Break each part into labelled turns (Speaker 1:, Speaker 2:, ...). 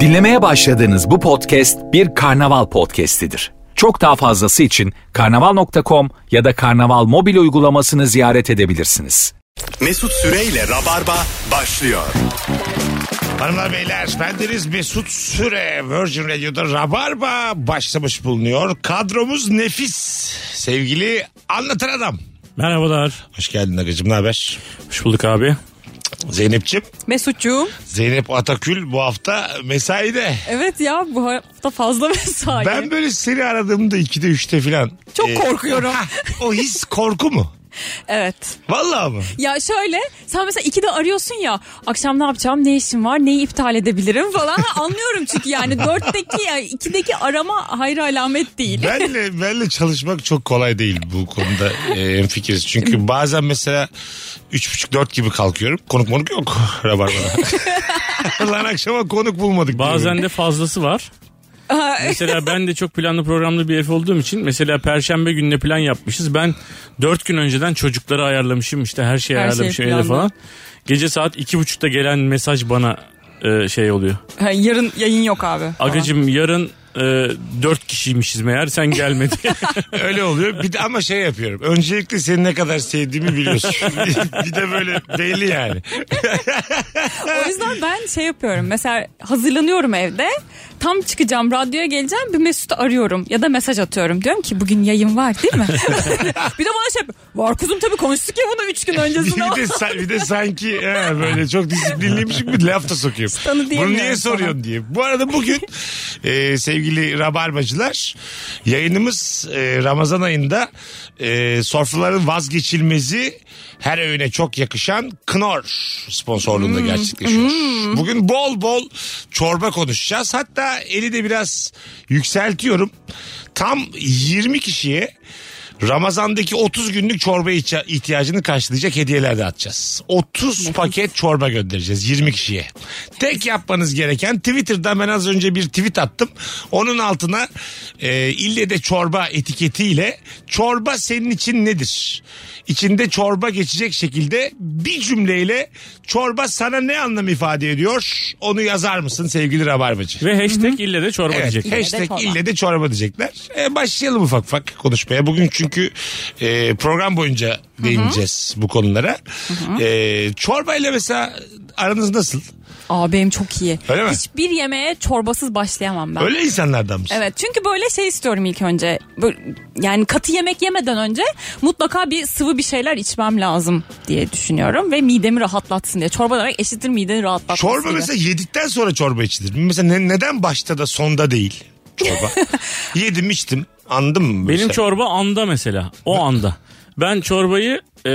Speaker 1: Dinlemeye başladığınız bu podcast bir karnaval podcastidir. Çok daha fazlası için karnaval.com ya da karnaval mobil uygulamasını ziyaret edebilirsiniz.
Speaker 2: Mesut Süreyle Rabarba başlıyor.
Speaker 3: Hanımlar beyler bendeniz Mesut Süre Virgin Radio'da Rabarba başlamış bulunuyor. Kadromuz nefis. Sevgili anlatan adam.
Speaker 4: Merhabalar.
Speaker 3: Hoş geldin Agacım ne haber?
Speaker 4: Hoş bulduk abi.
Speaker 3: Zeynep'ciğim.
Speaker 5: Mesutcuğum.
Speaker 3: Zeynep Atakül bu hafta mesaide.
Speaker 5: Evet ya bu hafta fazla mesai.
Speaker 3: Ben böyle seni aradığımda 2'de 3'te falan.
Speaker 5: Çok korkuyorum.
Speaker 3: e, o his korku mu?
Speaker 5: Evet.
Speaker 3: Vallahi mı?
Speaker 5: Ya şöyle sen mesela 2'de arıyorsun ya akşam ne yapacağım ne işim var neyi iptal edebilirim falan Ha, anlıyorum çünkü yani 4'teki yani 2'deki arama hayır alamet değil.
Speaker 3: Benle, benle çalışmak çok kolay değil bu konuda e, fikiriz. Çünkü bazen mesela 3.30-4 gibi kalkıyorum. Konuk monuk yok Rabarba'da. Lan akşama konuk bulmadık.
Speaker 4: Bazen
Speaker 3: diyorum.
Speaker 4: de fazlası var. mesela ben de çok planlı programlı bir herif olduğum için mesela perşembe gününe plan yapmışız. Ben dört gün önceden çocukları ayarlamışım işte her şeyi
Speaker 5: Her şey
Speaker 4: ayarlamışım evde
Speaker 5: planlı.
Speaker 4: falan. Gece saat iki buçukta gelen mesaj bana e, şey oluyor.
Speaker 5: Ha, yarın yayın yok abi.
Speaker 4: Agacım yarın e, dört kişiymişiz meğer sen gelmedi.
Speaker 3: Öyle oluyor. Bir de ama şey yapıyorum. Öncelikle seni ne kadar sevdiğimi biliyorsun. bir de böyle belli yani.
Speaker 5: O yüzden ben şey yapıyorum mesela hazırlanıyorum evde tam çıkacağım radyoya geleceğim bir Mesut'u arıyorum ya da mesaj atıyorum. Diyorum ki bugün yayın var değil mi? bir de bana şey yapıyor, var kuzum tabii konuştuk ya bunu 3 gün
Speaker 3: bir,
Speaker 5: öncesinde.
Speaker 3: bir de, sa- bir de sanki he, böyle çok disiplinliymişim bir laf da sokuyorum.
Speaker 5: Tanı
Speaker 3: Bunu
Speaker 5: diyemiyorum
Speaker 3: niye
Speaker 5: sana.
Speaker 3: soruyorsun diye. Bu arada bugün e, sevgili Rabarbacılar yayınımız e, Ramazan ayında e, sofraların vazgeçilmezi her öğüne çok yakışan Knorr sponsorluğunda
Speaker 5: Hmm,
Speaker 3: gerçekleşiyor. Bugün bol bol çorba konuşacağız. Hatta eli de biraz yükseltiyorum. Tam 20 kişiye Ramazan'daki 30 günlük çorba ihti- ihtiyacını karşılayacak hediyeler de atacağız. 30 paket çorba göndereceğiz 20 kişiye. Tek yapmanız gereken Twitter'da ben az önce bir tweet attım. Onun altına e, ille de çorba etiketiyle çorba senin için nedir? İçinde çorba geçecek şekilde bir cümleyle çorba sana ne anlam ifade ediyor? Onu yazar mısın sevgili Rabarbacı?
Speaker 4: Ve hashtag ille de çorba
Speaker 3: Evet,
Speaker 4: diyecek.
Speaker 3: hashtag
Speaker 5: de çorba.
Speaker 3: ille de çorba diyecekler. E, başlayalım ufak ufak konuşmaya. Bugün çünkü e, program boyunca değineceğiz bu konulara. E, çorba ile mesela aranız nasıl?
Speaker 5: Aa benim çok iyi.
Speaker 3: Öyle mi?
Speaker 5: Hiçbir yemeğe çorbasız başlayamam ben.
Speaker 3: Öyle insanlardan mısın?
Speaker 5: Evet çünkü böyle şey istiyorum ilk önce. Böyle, yani katı yemek yemeden önce mutlaka bir sıvı bir şeyler içmem lazım diye düşünüyorum. Ve midemi rahatlatsın diye. Çorba demek eşittir mideni rahatlatması
Speaker 3: Çorba
Speaker 5: gibi.
Speaker 3: mesela yedikten sonra çorba içilir. Mesela ne- neden başta da sonda değil çorba? Yedim içtim anladın mı?
Speaker 4: Benim
Speaker 3: Mesela?
Speaker 4: çorba anda mesela o anda. Ben çorbayı e,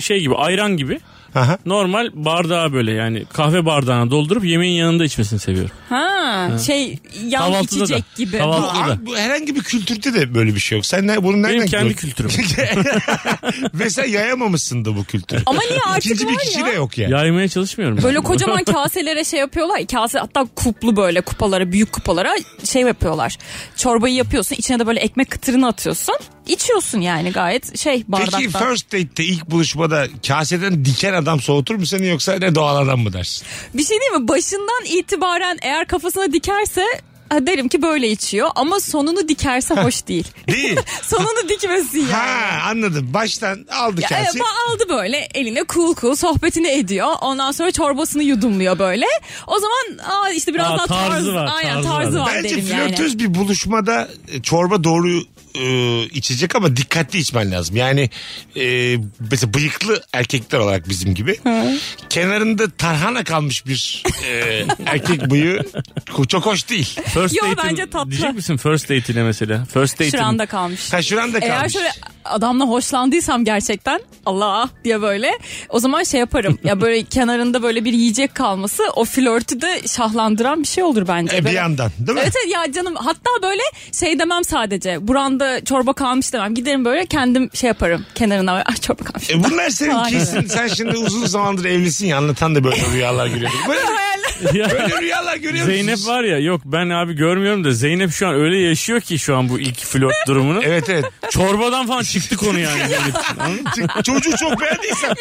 Speaker 4: şey gibi ayran gibi
Speaker 3: Aha.
Speaker 4: Normal bardağa böyle yani kahve bardağına doldurup yemeğin yanında içmesini seviyorum.
Speaker 5: Ha, şey yan
Speaker 4: Kahvaltıda da.
Speaker 5: içecek gibi.
Speaker 3: Bu,
Speaker 4: Kahvaltı-
Speaker 3: an- bu herhangi bir kültürde de böyle bir şey yok. Sen ne, bunu nereden
Speaker 4: Benim kendi
Speaker 3: kültür-
Speaker 4: kültürüm.
Speaker 3: Mesela yayamamışsın da bu kültürü.
Speaker 5: Ama niye artık
Speaker 3: İkinci bir
Speaker 5: var
Speaker 3: kişi
Speaker 5: ya?
Speaker 3: de yok yani.
Speaker 4: Yaymaya çalışmıyorum.
Speaker 5: Böyle
Speaker 4: yani.
Speaker 5: kocaman kaselere şey yapıyorlar. ya, Kase hatta kuplu böyle kupalara, büyük kupalara şey yapıyorlar. Çorbayı yapıyorsun. içine de böyle ekmek kıtırını atıyorsun. İçiyorsun yani gayet şey bardakta.
Speaker 3: Peki first date'te ilk buluşmada kaseden diken adam soğutur mu seni yoksa ne doğal adam mı dersin?
Speaker 5: Bir şey değil mi? Başından itibaren eğer kafasına dikerse ha, derim ki böyle içiyor ama sonunu dikerse hoş değil.
Speaker 3: Değil.
Speaker 5: sonunu dikmesin yani.
Speaker 3: ha anladım. Baştan aldı
Speaker 5: Ya,
Speaker 3: kaseyi.
Speaker 5: evet, bu aldı böyle eline cool cool sohbetini ediyor. Ondan sonra çorbasını yudumluyor böyle. O zaman aa işte biraz
Speaker 4: Aa,
Speaker 5: daha
Speaker 4: tarzı
Speaker 5: tarzı,
Speaker 4: var,
Speaker 5: Aynen
Speaker 4: tarzı
Speaker 5: tarzı,
Speaker 4: var.
Speaker 5: var,
Speaker 3: Bence
Speaker 5: derim yani.
Speaker 3: flörtöz bir buluşmada e, çorba doğru e, içecek ama dikkatli içmen lazım. Yani e, mesela bıyıklı erkekler olarak bizim gibi kenarında tarhana kalmış bir e, erkek bıyığı çok hoş değil.
Speaker 4: First
Speaker 5: Yo,
Speaker 4: date'im-
Speaker 5: bence tatlı.
Speaker 4: Diyecek misin first date'ine mesela? First date'im.
Speaker 5: Şuranda kalmış.
Speaker 3: Ha şuran da kalmış.
Speaker 5: Eğer şöyle adamla hoşlandıysam gerçekten Allah diye böyle o zaman şey yaparım. ya böyle kenarında böyle bir yiyecek kalması o flörtü de şahlandıran bir şey olur bence.
Speaker 3: E, bir
Speaker 5: Böyle-
Speaker 3: yandan değil mi?
Speaker 5: Evet evet ya canım hatta böyle şey demem sadece buranda çorba kalmış demem giderim böyle kendim şey yaparım kenarına böyle, ah çorba kalmış.
Speaker 3: E bunlar senin
Speaker 5: Aynen.
Speaker 3: kesin. Sen şimdi uzun zamandır evlisin ya anlatan da böyle rüyalar görüyorsun. Böyle
Speaker 5: Hayaller.
Speaker 4: Ya,
Speaker 3: Böyle rüyalar görüyor musunuz?
Speaker 4: Zeynep var ya yok ben abi görmüyorum da Zeynep şu an öyle yaşıyor ki şu an bu ilk flört durumunu.
Speaker 3: Evet evet.
Speaker 4: Çorbadan falan çıktı konu yani. Zeynep. Anladın mı?
Speaker 3: Ç- Çocuğu çok beğendiysen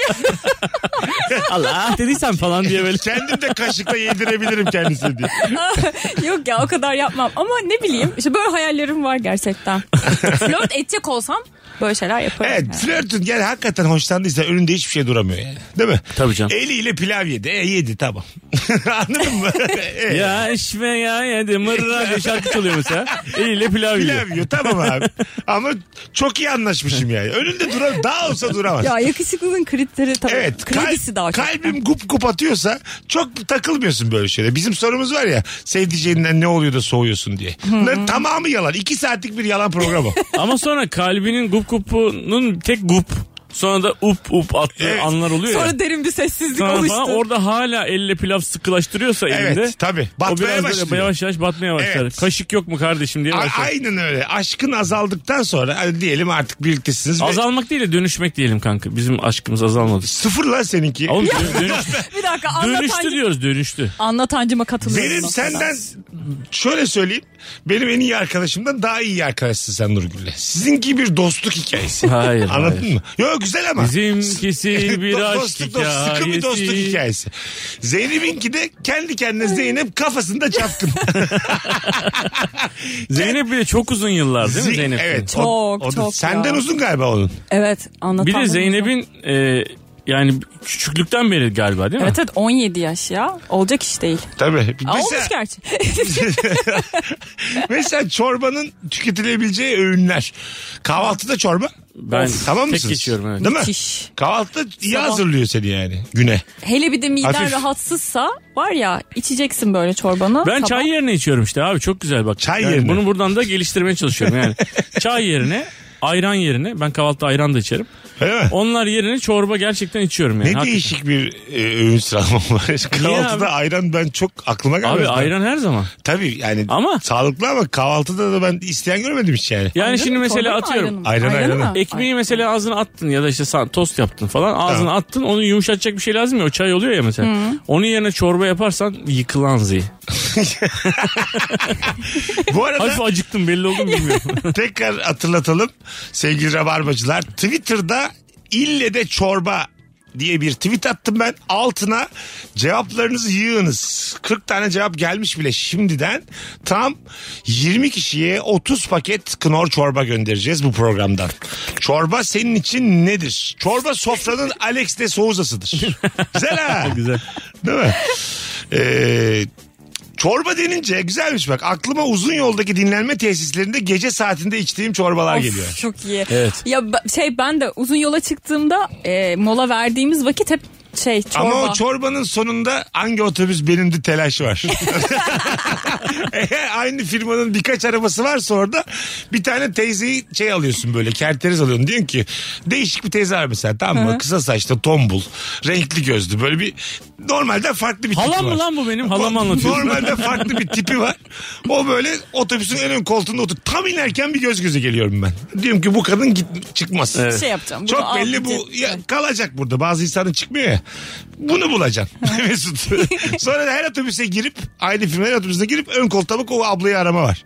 Speaker 3: ah
Speaker 4: Allah dediysen falan diye böyle.
Speaker 3: kendim de kaşıkla yedirebilirim kendisini diye.
Speaker 5: Yok ya o kadar yapmam ama ne bileyim işte böyle hayallerim var gerçekten. Flört edecek olsam böyle şeyler yaparım.
Speaker 3: Evet
Speaker 5: yani.
Speaker 3: flörtün yani hakikaten hoşlandıysa önünde hiçbir şey duramıyor yani. Değil mi?
Speaker 4: Tabii canım.
Speaker 3: Eliyle pilav yedi. E yedi tamam. Anladın mı? E,
Speaker 4: Ya içme ya yedi mırra diye şarkı çalıyor mesela. Eliyle pilav yiyor.
Speaker 3: pilav yiyor tamam abi. Ama çok iyi anlaşmışım yani. Önünde duram daha olsa duramaz.
Speaker 5: Ya yakışıklılığın kriteri tabii.
Speaker 3: Evet. kal-
Speaker 5: Kredisi daha çok.
Speaker 3: Kalbim gup gup atıyorsa çok takılmıyorsun böyle şeylere. Bizim sorumuz var ya sevdiceğinden ne oluyor da soğuyorsun diye. Bunların tamamı yalan. İki saatlik bir yalan programı.
Speaker 4: Ama sonra kalbinin gup gupunun tek gup sonra da up up attığı
Speaker 3: Evet.
Speaker 4: anlar oluyor ya.
Speaker 5: Sonra derin bir sessizlik
Speaker 4: Sonra
Speaker 5: oluştu.
Speaker 4: falan orada hala elle pilav sıkılaştırıyorsa
Speaker 3: Evet,
Speaker 4: elinde.
Speaker 3: tabii.
Speaker 4: o
Speaker 3: Batmaya
Speaker 4: biraz
Speaker 3: başlıyor.
Speaker 4: böyle yavaş yavaş batmaya başlar.
Speaker 3: Evet.
Speaker 4: Kaşık yok mu kardeşim diye
Speaker 3: A-
Speaker 5: şey.
Speaker 4: başlar.
Speaker 3: Aynen öyle. Aşkın azaldıktan sonra hani diyelim artık birliktesiniz. ve
Speaker 4: Azalmak değil de dönüşmek diyelim kanka. Bizim aşkımız azalmadı.
Speaker 3: Sıfır lan seninki.
Speaker 4: Oğlum dönüş- dönüş-
Speaker 5: Bir dakika
Speaker 4: dönüştü
Speaker 5: anlatancı,
Speaker 4: diyoruz dönüştü.
Speaker 5: anlatancıma katılıyorum.
Speaker 3: Benim
Speaker 5: o kadar.
Speaker 3: senden şöyle söyleyeyim. Benim en iyi arkadaşımdan daha iyi arkadaşsın sen Nurgül'le. Sizinki bir dostluk hikayesi.
Speaker 4: Hayır,
Speaker 3: Anladın
Speaker 4: hayır.
Speaker 3: mı? Yok güzel ama.
Speaker 4: Bizimkisi bir
Speaker 3: Do-
Speaker 4: aşk
Speaker 3: dostluk, dostluk, Sıkı bir
Speaker 4: hikayesi.
Speaker 3: dostluk hikayesi. Zeynep'inki de kendi kendine Zeynep kafasında çapkın.
Speaker 4: Zeynep bile çok uzun yıllar değil mi Zeynep?
Speaker 3: Evet.
Speaker 5: Çok,
Speaker 3: da-
Speaker 5: çok
Speaker 3: Senden
Speaker 5: ya.
Speaker 3: uzun galiba onun.
Speaker 5: Evet anlatan.
Speaker 4: Bir de Zeynep'in e, yani küçüklükten beri galiba değil mi?
Speaker 5: Evet evet 17 yaş ya. Olacak iş değil.
Speaker 3: Tabii.
Speaker 5: Aa,
Speaker 3: Mesela,
Speaker 5: Olmuş gerçi.
Speaker 3: mesela çorbanın tüketilebileceği öğünler. Kahvaltıda çorba.
Speaker 4: Ben
Speaker 3: tamam
Speaker 4: tek
Speaker 3: mısınız?
Speaker 4: geçiyorum, evet.
Speaker 3: Değil mi?
Speaker 5: Müthiş.
Speaker 3: Kahvaltıda iyi
Speaker 5: Sabah.
Speaker 3: hazırlıyor seni yani güne.
Speaker 5: Hele bir de miden
Speaker 3: Hafif.
Speaker 5: rahatsızsa var ya içeceksin böyle çorbanı.
Speaker 4: Ben
Speaker 5: sabah.
Speaker 4: çay yerine içiyorum işte abi çok güzel bak.
Speaker 3: Çay
Speaker 4: Yani
Speaker 3: yerine.
Speaker 4: Bunu buradan da geliştirmeye çalışıyorum yani. çay yerine ayran yerine ben kahvaltıda ayran da içerim.
Speaker 3: Öyle mi?
Speaker 4: Onlar yerine çorba gerçekten içiyorum yani.
Speaker 3: Ne
Speaker 4: Hakikaten.
Speaker 3: değişik bir e, öğün sıralamam var.
Speaker 4: abi?
Speaker 3: kahvaltıda ayran ben çok aklıma gelmedi.
Speaker 4: Abi ayran her zaman.
Speaker 3: Tabii yani
Speaker 4: Ama-
Speaker 3: sağlıklı ama kahvaltıda da ben isteyen görmedim hiç yani.
Speaker 4: Yani
Speaker 5: Ayranı
Speaker 4: şimdi
Speaker 5: mı,
Speaker 4: mesela
Speaker 5: çorba mı,
Speaker 4: atıyorum.
Speaker 5: ayranı mı?
Speaker 3: Ayranı,
Speaker 5: Ayranı
Speaker 3: ayranı.
Speaker 5: mı?
Speaker 4: Ekmeği mesela ağzına attın ya da işte sa- tost yaptın falan ağzına
Speaker 3: Tamam.
Speaker 4: attın onu yumuşatacak bir şey lazım ya o çay oluyor ya mesela. Onun yerine çorba yaparsan yıkılan ziyi.
Speaker 3: Bu arada
Speaker 4: Hafif acıktım belli oldu mu bilmiyorum.
Speaker 3: tekrar hatırlatalım sevgili rabarbacılar. Twitter'da ille de çorba diye bir tweet attım ben. Altına cevaplarınızı yığınız. 40 tane cevap gelmiş bile şimdiden. Tam 20 kişiye 30 paket knor çorba göndereceğiz bu programdan. Çorba senin için nedir? Çorba sofranın Alex de Souza'sıdır. Güzel ha.
Speaker 4: Güzel.
Speaker 3: Değil mi? Ee, çorba denince güzelmiş bak. Aklıma uzun yoldaki dinlenme tesislerinde gece saatinde içtiğim çorbalar
Speaker 5: Of,
Speaker 3: geliyor.
Speaker 5: Çok iyi.
Speaker 4: Evet.
Speaker 5: Ya ben- şey ben de uzun yola çıktığımda e, mola verdiğimiz vakit hep şey çorba.
Speaker 3: Ama o çorbanın sonunda hangi otobüs benimdi telaşı var. Eğer aynı firmanın birkaç arabası varsa orada bir tane teyzeyi şey alıyorsun böyle kerteriz alıyorsun. Diyorsun ki değişik bir teyze var mesela tamam mı? Kısa saçlı tombul renkli gözlü böyle bir normalden farklı bir tipi
Speaker 4: Halam
Speaker 3: var.
Speaker 4: mı lan bu benim? Halam anlatıyor.
Speaker 3: Normalde farklı bir tipi var. O böyle otobüsün en ön koltuğunda otur. Tam inerken bir göz göze geliyorum ben. Diyorum ki bu kadın git çıkmaz.
Speaker 5: şey yapacağım. bunu
Speaker 3: Çok
Speaker 5: al
Speaker 3: belli
Speaker 5: gidip-
Speaker 3: bu ya, kalacak burada. Bazı insanın çıkmıyor ya. Bunu bulacaksın Mesut. Sonra da her otobüse girip aynı firma her otobüsüne girip ön koltuğa bak o ablayı arama var.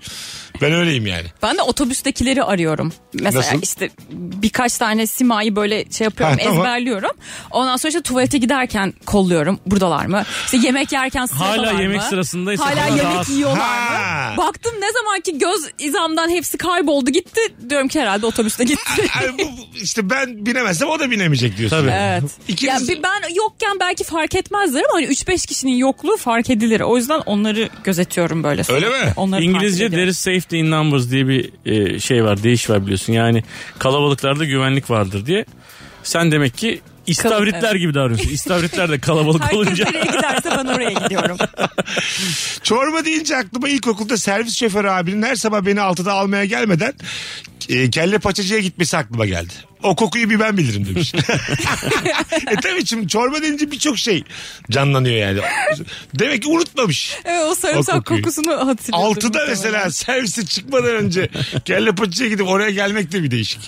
Speaker 3: Ben öyleyim yani.
Speaker 5: Ben de otobüstekileri arıyorum. Mesela
Speaker 3: Nasıl?
Speaker 5: işte birkaç tane simayı böyle şey yapıyorum,
Speaker 3: Ha, tamam.
Speaker 5: ezberliyorum. Ondan sonra işte tuvalete giderken kolluyorum. Buradalar mı? İşte yemek yerken sıradalar mı?
Speaker 4: Hala yemek sırasındaysa
Speaker 5: Hala
Speaker 4: bana
Speaker 5: yemek
Speaker 4: rahatsız.
Speaker 5: yiyorlar
Speaker 3: Ha.
Speaker 5: mı? Baktım ne zaman ki göz izamdan hepsi kayboldu gitti. Diyorum ki herhalde otobüste gitti.
Speaker 3: Yani bu, işte ben binemezsem o da binemeyecek diyorsun.
Speaker 4: Tabii.
Speaker 3: Yani.
Speaker 5: Evet.
Speaker 3: İkiniz-
Speaker 5: Ya bir ben yokken belki fark etmezler ama hani 3-5 kişinin yokluğu fark edilir. O yüzden onları gözetiyorum böyle. sürekli.
Speaker 3: mi?
Speaker 5: Onları takip
Speaker 4: İngilizce
Speaker 5: ediyorum.
Speaker 4: there is safety in numbers diye bir e, şey var, değiş var biliyorsun. Yani kalabalıklarda güvenlik vardır diye. Sen demek ki istavritler
Speaker 5: Kal- evet.
Speaker 4: gibi davranıyorsun. İstavritler de kalabalık
Speaker 5: Herkes
Speaker 4: olunca.
Speaker 5: nereye giderse ben oraya gidiyorum.
Speaker 3: Çorba deyince aklıma ilkokulda servis şoförü abinin her sabah beni altıda almaya gelmeden e, kelle paçacıya gitmesi aklıma geldi. O kokuyu bir ben bilirim demiş. e tabii şimdi çorba denince birçok şey canlanıyor yani. Demek ki unutmamış.
Speaker 5: Evet, o sarımsak
Speaker 3: O kokuyu.
Speaker 5: kokusunu hatırladım.
Speaker 3: Altıda
Speaker 5: muhtemelen.
Speaker 3: mesela servise çıkmadan önce kelle paçaya gidip oraya gelmek de bir değişik.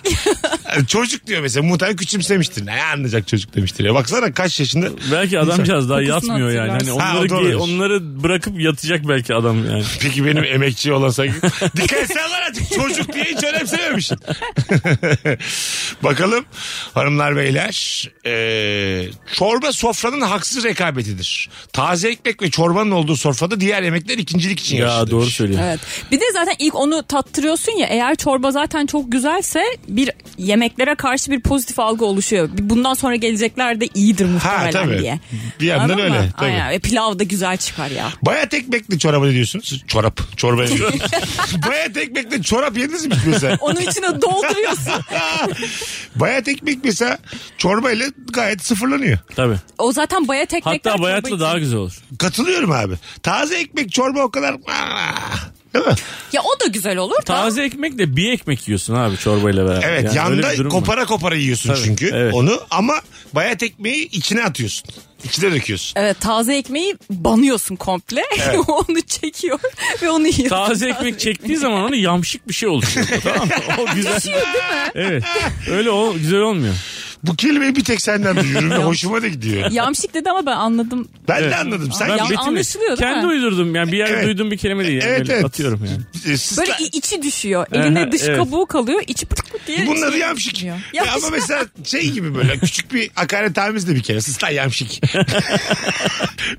Speaker 3: Yani çocuk diyor mesela muhtemelen küçümsemiştir. Ne anlayacak çocuk demiştir. Ya baksana kaç yaşında.
Speaker 4: Belki adamcağız daha
Speaker 5: Kokusunu
Speaker 4: yatmıyor yani. Hani
Speaker 5: hatırlarsın.
Speaker 3: Ha,
Speaker 4: onları,
Speaker 3: o da
Speaker 4: gi-
Speaker 3: olabilir.
Speaker 4: onları bırakıp yatacak belki adam yani.
Speaker 3: Peki benim emekçi olan saygı. Dikkat etsen var artık çocuk diye hiç önemsememişsin. Bakalım hanımlar beyler. Ee, çorba sofranın haksız rekabetidir. Taze ekmek ve çorbanın olduğu sofrada diğer yemekler ikincilik için
Speaker 4: Ya
Speaker 3: yarışır
Speaker 4: doğru
Speaker 3: demiş.
Speaker 4: söylüyor.
Speaker 5: Evet. Bir de zaten ilk onu tattırıyorsun ya eğer çorba zaten çok güzelse bir yemeklere karşı bir pozitif algı oluşuyor. Bir Bundan sonra gelecekler de iyidir muhtemelen
Speaker 3: Ha tabii.
Speaker 5: diye.
Speaker 3: Bir yandan
Speaker 5: Anladın
Speaker 3: öyle.
Speaker 5: mı?
Speaker 3: Tabii.
Speaker 5: Aynen. E, pilav da güzel çıkar ya.
Speaker 3: Baya tek bekle çorabı ne diyorsunuz? Çorap. Çorba ne diyorsunuz? Baya tek bekle çorap yediniz mi hiç mesela?
Speaker 5: Onun içine dolduruyorsun.
Speaker 3: bayat ekmek mesela çorbayla gayet sıfırlanıyor.
Speaker 4: Tabii.
Speaker 5: o zaten bayat ekmekler
Speaker 4: Hatta
Speaker 5: çorba
Speaker 4: bayatlı
Speaker 5: için.
Speaker 4: daha güzel olur.
Speaker 3: Katılıyorum abi. Taze ekmek çorba o kadar... Aa, Değil mi?
Speaker 5: Ya o da güzel olur da.
Speaker 4: Taze ekmek de bir ekmek yiyorsun abi çorbayla beraber.
Speaker 3: Evet
Speaker 4: Yani öyle bir
Speaker 3: yanda
Speaker 4: durum var.
Speaker 3: kopara kopara yiyorsun
Speaker 4: Tabii,
Speaker 3: çünkü
Speaker 4: evet.
Speaker 3: onu ama bayat ekmeği içine atıyorsun. İçine döküyorsun.
Speaker 5: Evet, taze ekmeği banıyorsun komple. onu çekiyor ve onu yiyorsun.
Speaker 4: Taze ekmek çektiği zaman onu yamşık bir şey oluşuyor. tamam mı? O güzel. Evet. Öyle o güzel olmuyor.
Speaker 3: Bu kelimeyi bir tek senden duyuyorum ve hoşuma da gidiyor.
Speaker 5: Yamşik dedi ama ben anladım.
Speaker 3: Ben de anladım. Sen
Speaker 5: Ya-
Speaker 4: betimle-
Speaker 5: anlaşılıyor değil
Speaker 4: Kendi
Speaker 5: mi?
Speaker 4: uydurdum yani bir yerde
Speaker 3: Evet.
Speaker 4: duyduğum bir kelime değil. Yani
Speaker 3: Evet,
Speaker 4: Böyle
Speaker 3: evet.
Speaker 4: Atıyorum yani.
Speaker 3: e, sısla-
Speaker 5: Böyle i- içi düşüyor.
Speaker 4: Aha,
Speaker 5: Eline dış
Speaker 4: evet.
Speaker 5: kabuğu kalıyor. içi pıtık pıtık diye.
Speaker 3: Bunları
Speaker 5: şey
Speaker 3: yamşik.
Speaker 5: gitmiyor.
Speaker 3: Ya
Speaker 5: Yamşik.
Speaker 3: ama mesela şey gibi böyle küçük bir hakaret tamiz de bir kere. Sıslan yamşik.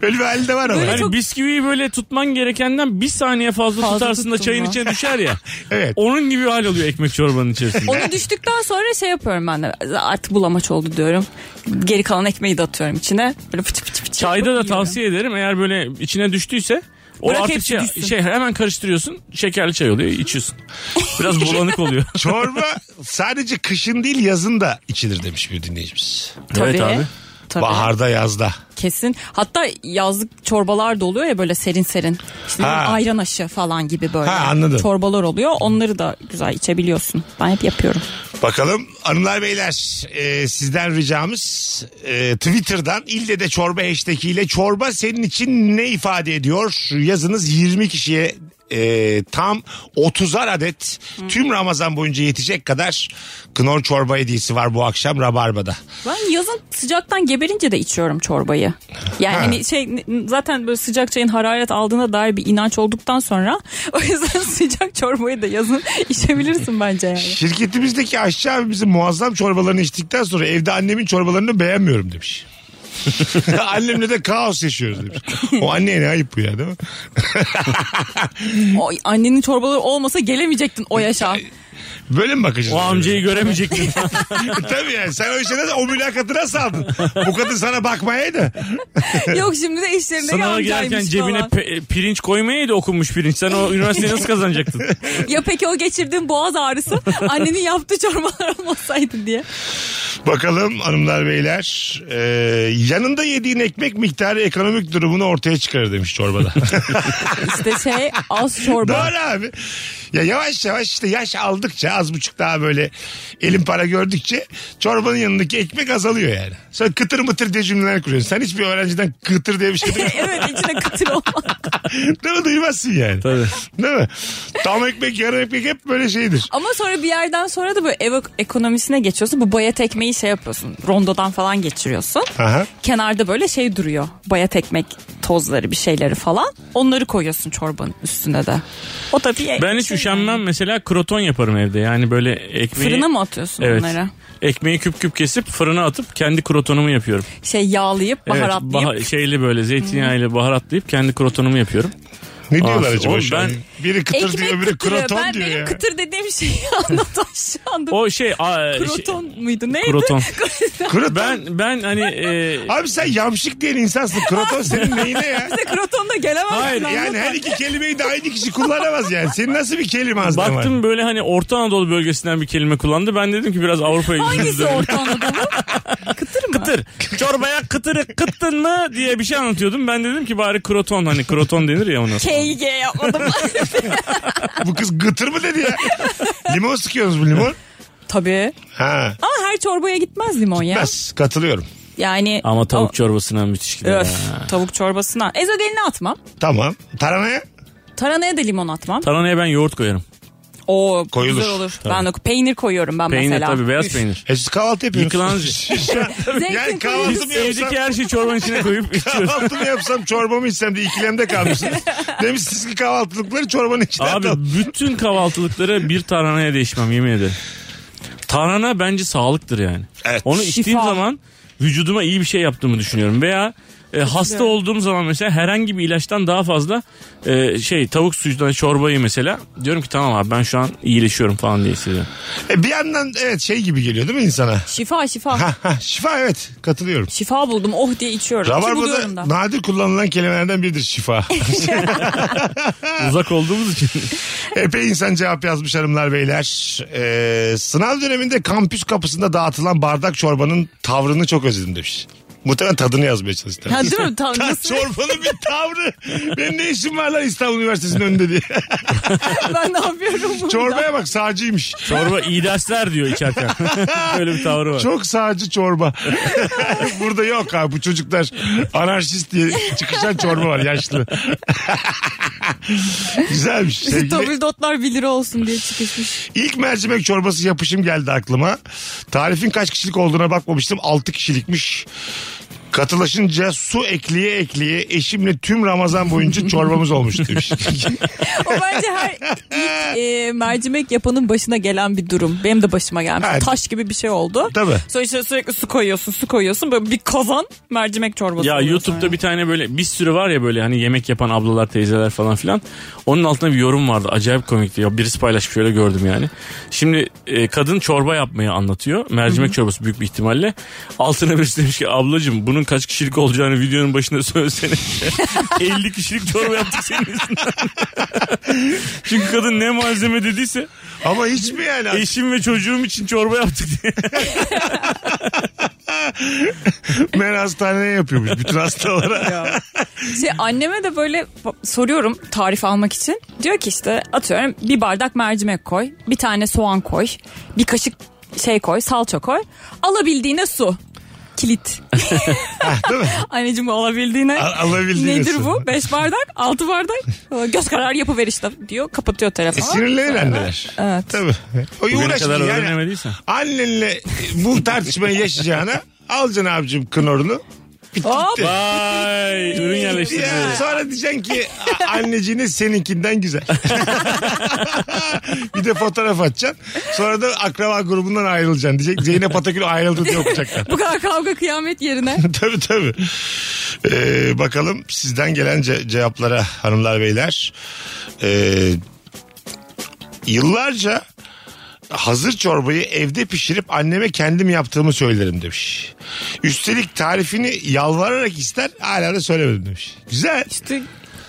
Speaker 3: Böyle bir halde var ama.
Speaker 4: Hani
Speaker 5: çok-
Speaker 4: bisküviyi böyle tutman gerekenden bir saniye fazla,
Speaker 5: Fazla
Speaker 4: tutarsın da
Speaker 5: tuttum
Speaker 4: çayın
Speaker 5: ha.
Speaker 4: içine düşer ya.
Speaker 3: Evet.
Speaker 4: Onun gibi hal oluyor ekmek çorbanın içerisinde.
Speaker 5: Onu düştükten sonra şey yapıyorum ben de. Artık bulamaç oldu diyorum. Geri kalan ekmeği de atıyorum içine. Böyle fıçı fıçı fıçı.
Speaker 4: Çayda da
Speaker 5: yapıp yiyorum.
Speaker 4: tavsiye ederim eğer böyle içine düştüyse o
Speaker 5: Bırak
Speaker 4: artık
Speaker 5: hepsi
Speaker 4: şey,
Speaker 5: düşsün.
Speaker 4: şey hemen karıştırıyorsun şekerli çay oluyor içiyorsun. Biraz bulanık oluyor.
Speaker 3: Çorba sadece kışın değil yazın da içilir demiş bir dinleyicimiz.
Speaker 4: Evet abi.
Speaker 5: Tabii.
Speaker 3: Baharda yazda.
Speaker 5: Kesin. Hatta yazlık çorbalar da oluyor ya böyle serin serin. İşte
Speaker 3: Ha.
Speaker 5: böyle ayran aşı falan gibi böyle.
Speaker 3: Ha, anladım.
Speaker 5: Çorbalar oluyor. Onları da güzel içebiliyorsun. Ben hep yapıyorum.
Speaker 3: Bakalım hanımlar beyler e, sizden ricamız e, Twitter'dan ille de çorba hashtag ile çorba senin için ne ifade ediyor yazınız 20 kişiye e, tam 30'ar adet tüm Ramazan boyunca yetecek kadar Knorr çorba hediyesi var bu akşam Rabarba'da.
Speaker 5: Ben yazın sıcaktan geberince de içiyorum çorbayı. Yani
Speaker 3: Ha.
Speaker 5: hani şey zaten böyle sıcak çayın hararet aldığına dair bir inanç olduktan sonra o yüzden sıcak çorbayı da yazın içebilirsin bence yani.
Speaker 3: Şirketimizdeki aşçı abimizin muazzam çorbalarını içtikten sonra evde annemin çorbalarını beğenmiyorum demiş. Annemle de kaos yaşıyoruz demiş. O anneye ne ayıp bu ya değil mi?
Speaker 5: O annenin çorbaları olmasa gelemeyecektin o yaşa.
Speaker 3: Böyle mi bakacağız? E,
Speaker 4: O amcayı göremeyecektin.
Speaker 3: Tabii yani sen o işe de o mülakatına saldın. Bu kadın sana bakmayaydı.
Speaker 5: Yok şimdi de işlerinde
Speaker 4: Sınava girerken
Speaker 5: amcaymış
Speaker 4: cebine
Speaker 5: falan.
Speaker 4: pe- pirinç koymayaydı okunmuş pirinç. Sen o üniversiteyi nasıl kazanacaktın?
Speaker 5: Ya peki o geçirdiğin boğaz ağrısı annenin yaptığı çorbalar olmasaydı diye.
Speaker 3: Bakalım hanımlar beyler. Ee, yanında yediğin ekmek miktarı ekonomik durumunu ortaya çıkarır demiş çorbada.
Speaker 5: İşte şey az çorba.
Speaker 3: Doğru abi. Ya yavaş yavaş işte yaş aldıkça az buçuk daha böyle elin para gördükçe çorbanın yanındaki ekmek azalıyor yani. Sen kıtır mıtır diye cümleler kuruyorsun. Sen hiçbir öğrenciden kıtır diye bir şey duymazsın.
Speaker 5: evet içine kıtır olmaz.
Speaker 3: Değil mi? Duymazsın yani.
Speaker 4: Tabii.
Speaker 3: Değil mi? Tam ekmek yarım ekmek hep böyle şeydir.
Speaker 5: Ama sonra bir yerden sonra da böyle ev ek- ekonomisine geçiyorsun. Bu bayat ekmeği şey yapıyorsun. Rondodan falan geçiriyorsun.
Speaker 3: Aha.
Speaker 5: Kenarda böyle şey duruyor. Bayat ekmek tozları bir şeyleri falan. Onları koyuyorsun çorbanın üstüne de. O da bir
Speaker 4: Ben hiç
Speaker 5: şey
Speaker 4: üşenmem mesela kroton yaparım evde. Yani böyle ekmeği...
Speaker 5: Fırına mı atıyorsun
Speaker 4: Evet.
Speaker 5: onları?
Speaker 4: Ekmeği küp küp kesip fırına atıp kendi krotonumu yapıyorum.
Speaker 5: Şey yağlayıp
Speaker 4: Evet,
Speaker 5: baharatlayıp.
Speaker 4: baha- şeyli böyle zeytinyağıyla baharatlayıp kendi krotonumu yapıyorum.
Speaker 3: Ne diyorlar
Speaker 4: Of,
Speaker 3: acaba
Speaker 4: oğlum
Speaker 3: şu an?
Speaker 4: ben-
Speaker 3: Biri kıtır
Speaker 5: Ekmek
Speaker 3: diyor, biri
Speaker 5: kıtırı.
Speaker 3: kroton
Speaker 5: ben
Speaker 3: diyor
Speaker 5: benim
Speaker 3: ya.
Speaker 5: kıtır dediğim şeyi anlatan şu anda.
Speaker 4: O şey... a-
Speaker 5: Kroton muydu neydi?
Speaker 4: şey- kroton.
Speaker 3: Kroton.
Speaker 4: Ben ben hani e,
Speaker 3: Abi sen yamşık diyen insansın. Kroton senin neyine ya?
Speaker 5: Bize kroton da gelemez.
Speaker 4: Hayır,
Speaker 3: Yani her iki kelimeyi de aynı kişi kullanamaz yani. Senin nasıl bir kelime azdan var?
Speaker 4: baktım böyle hani Orta Anadolu bölgesinden bir kelime kullandı. Ben dedim ki biraz Avrupa'ya gidiyoruz.
Speaker 5: Hangisi Orta Anadolu? Kıtır mı?
Speaker 4: Kıtır. Çorbaya kıtırı kıttın mı diye bir şey anlatıyordum. Ben dedim ki bari kroton hani kroton denir ya ona.
Speaker 5: KG yapmadım.
Speaker 3: Bu kız gıtır mı dedi ya? limon sıkıyorsunuz bu limon?
Speaker 5: Tabii.
Speaker 3: Ha.
Speaker 5: Ama her her çorbaya gitmez limon ya.
Speaker 3: Bas, katılıyorum.
Speaker 5: Yani
Speaker 4: Ama tavuk
Speaker 5: o-
Speaker 4: çorbasına müthiş gider.
Speaker 5: Öf,
Speaker 4: ha.
Speaker 5: tavuk çorbasına. Ezogelini atmam.
Speaker 3: Tamam. Taranaya
Speaker 5: Taranaya da limon atmam.
Speaker 4: Taranaya ben yoğurt koyarım.
Speaker 5: Oo
Speaker 3: Koyulur.
Speaker 5: güzel olur. Ben de peynir koyuyorum ben
Speaker 4: Peynir
Speaker 5: mesela.
Speaker 4: tabii beyaz
Speaker 5: Üf.
Speaker 4: peynir.
Speaker 3: E siz kahvaltı yapıyorsunuz.
Speaker 4: Yıkılan-
Speaker 3: Şu an- yani
Speaker 5: Zeytin
Speaker 3: kahvaltı mı
Speaker 5: koyuyoruz.
Speaker 3: yapsam?
Speaker 4: Evdeki her şeyi çorbanın içine koyup içiyoruz.
Speaker 3: Şey, Kahvaltı mı yapsam çorba mı içsem diye ikilemde kalmışsınız. Demişsiniz ki kahvaltılıkları çorbanın içine
Speaker 4: Abi
Speaker 3: atalım.
Speaker 4: bütün kahvaltılıkları bir tarhanaya değişmem yemin ederim. Tarhana bence sağlıktır yani.
Speaker 3: Evet.
Speaker 4: Onu içtiğim
Speaker 5: Şifa.
Speaker 4: zaman vücuduma iyi bir şey yaptığımı düşünüyorum. Veya e, hasta olduğum zaman mesela herhangi bir ilaçtan daha fazla e, şey tavuk suyundan çorbayı mesela diyorum ki tamam abi ben şu an iyileşiyorum falan diye hissediyorum.
Speaker 3: E bir yandan evet şey gibi geliyor değil mi insana?
Speaker 5: Şifa şifa.
Speaker 3: Ha, ha, şifa evet katılıyorum.
Speaker 5: şifa buldum oh diye içiyorum. Ki buluyorum da.
Speaker 3: Rabarba'da nadir kullanılan kelimelerden biridir şifa.
Speaker 4: Uzak olduğumuz için.
Speaker 3: Epey insan cevap yazmış hanımlar beyler. Ee, sınav döneminde kampüs kapısında dağıtılan bardak çorbanın tavrını çok özledim demiş. Muhtemelen tadını yazmaya çalıştı.
Speaker 5: Ha, değil mi? Tam-
Speaker 3: Ta-
Speaker 5: nasıl-
Speaker 3: çorbanın bir tavrı. Benim ne işim var lan İstanbul Üniversitesi'nin önünde diye.
Speaker 5: ben ne yapıyorum burada?
Speaker 3: Çorbaya bak sağcıymış.
Speaker 4: Çorba iyi dersler diyor içerken. Böyle bir tavrı var.
Speaker 3: Çok sağcı çorba. Burada yok abi bu çocuklar anarşist diye çıkışan çorba var yaşlı. Güzelmiş. Sevgili,
Speaker 5: Double dotlar 1 lira olsun diye çıkışmış.
Speaker 3: ilk mercimek çorbası yapışım geldi aklıma. Tarifin kaç kişilik olduğuna bakmamıştım. 6 kişilikmiş. Katılaşınca su ekleye ekleye eşimle tüm Ramazan boyunca çorbamız olmuş demiş.
Speaker 5: O bence her ilk e, mercimek yapanın başına gelen bir durum. Benim de başıma gelmiş.
Speaker 3: Ha.
Speaker 5: Taş gibi bir şey oldu.
Speaker 3: Tabii.
Speaker 5: Sonra işte sürekli su koyuyorsun su koyuyorsun. Böyle bir kazan mercimek çorbası.
Speaker 4: Ya
Speaker 5: oluyor
Speaker 4: YouTube'da
Speaker 5: sonra.
Speaker 4: bir tane böyle bir sürü var ya böyle hani yemek yapan ablalar teyzeler falan filan. Onun altında bir yorum vardı. Acayip komikti. Ya birisi paylaşmış öyle gördüm yani. Şimdi e, kadın çorba yapmayı anlatıyor. Mercimek çorbası büyük bir ihtimalle. Altına birisi demiş ki ablacığım bunun kaç kişilik olacağını videonun başında söylesene. 50 kişilik çorba yaptık senin yüzünden. Çünkü kadın ne malzeme dediyse
Speaker 3: Ama hiç mi yani?
Speaker 4: eşim ve çocuğum için çorba yaptık diye.
Speaker 3: Ben hastaneye yapıyormuş bütün hastalara.
Speaker 5: Şey, anneme de böyle ba- soruyorum tarif almak için. Diyor ki işte atıyorum bir bardak mercimek koy, bir tane soğan koy, bir kaşık şey koy, salça koy. Alabildiğine su. Kilit. Anneciğim bu alabildiğine.
Speaker 3: Al- alabildiğine
Speaker 5: Nedir
Speaker 3: su.
Speaker 5: bu? Beş bardak, altı bardak. Göz kararı yapıver işte diyor. Kapatıyor
Speaker 3: E,
Speaker 5: telefonu.
Speaker 3: sinirlenir anneler.
Speaker 5: Evet.
Speaker 3: Tabii. O
Speaker 4: Bugüne kadar
Speaker 3: uğraşmıyor yani.
Speaker 4: öğrenemediysen.
Speaker 3: Annenle bu tartışmayı yaşayacağına alacaksın abicim kınorunu. Bitti
Speaker 5: Hop.
Speaker 3: gitti.
Speaker 4: Vay ürün
Speaker 3: Bitti
Speaker 4: yerleştirdi.
Speaker 3: ya. Sonra diyeceksin ki "A- anneciğiniz seninkinden güzel. bir de fotoğraf atacaksın. Sonra da akraba grubundan ayrılacaksın. Diyecek Zeynep Atakül ayrıldı diye okuyacaklar.
Speaker 5: Bu kadar kavga kıyamet yerine.
Speaker 3: tabii tabii. Ee, bakalım sizden gelen ce- cevaplara hanımlar beyler. Ee, yıllarca hazır çorbayı evde pişirip anneme kendim yaptığımı söylerim demiş. Üstelik tarifini yalvararak ister hala da söylemedim demiş. Güzel.
Speaker 5: İşte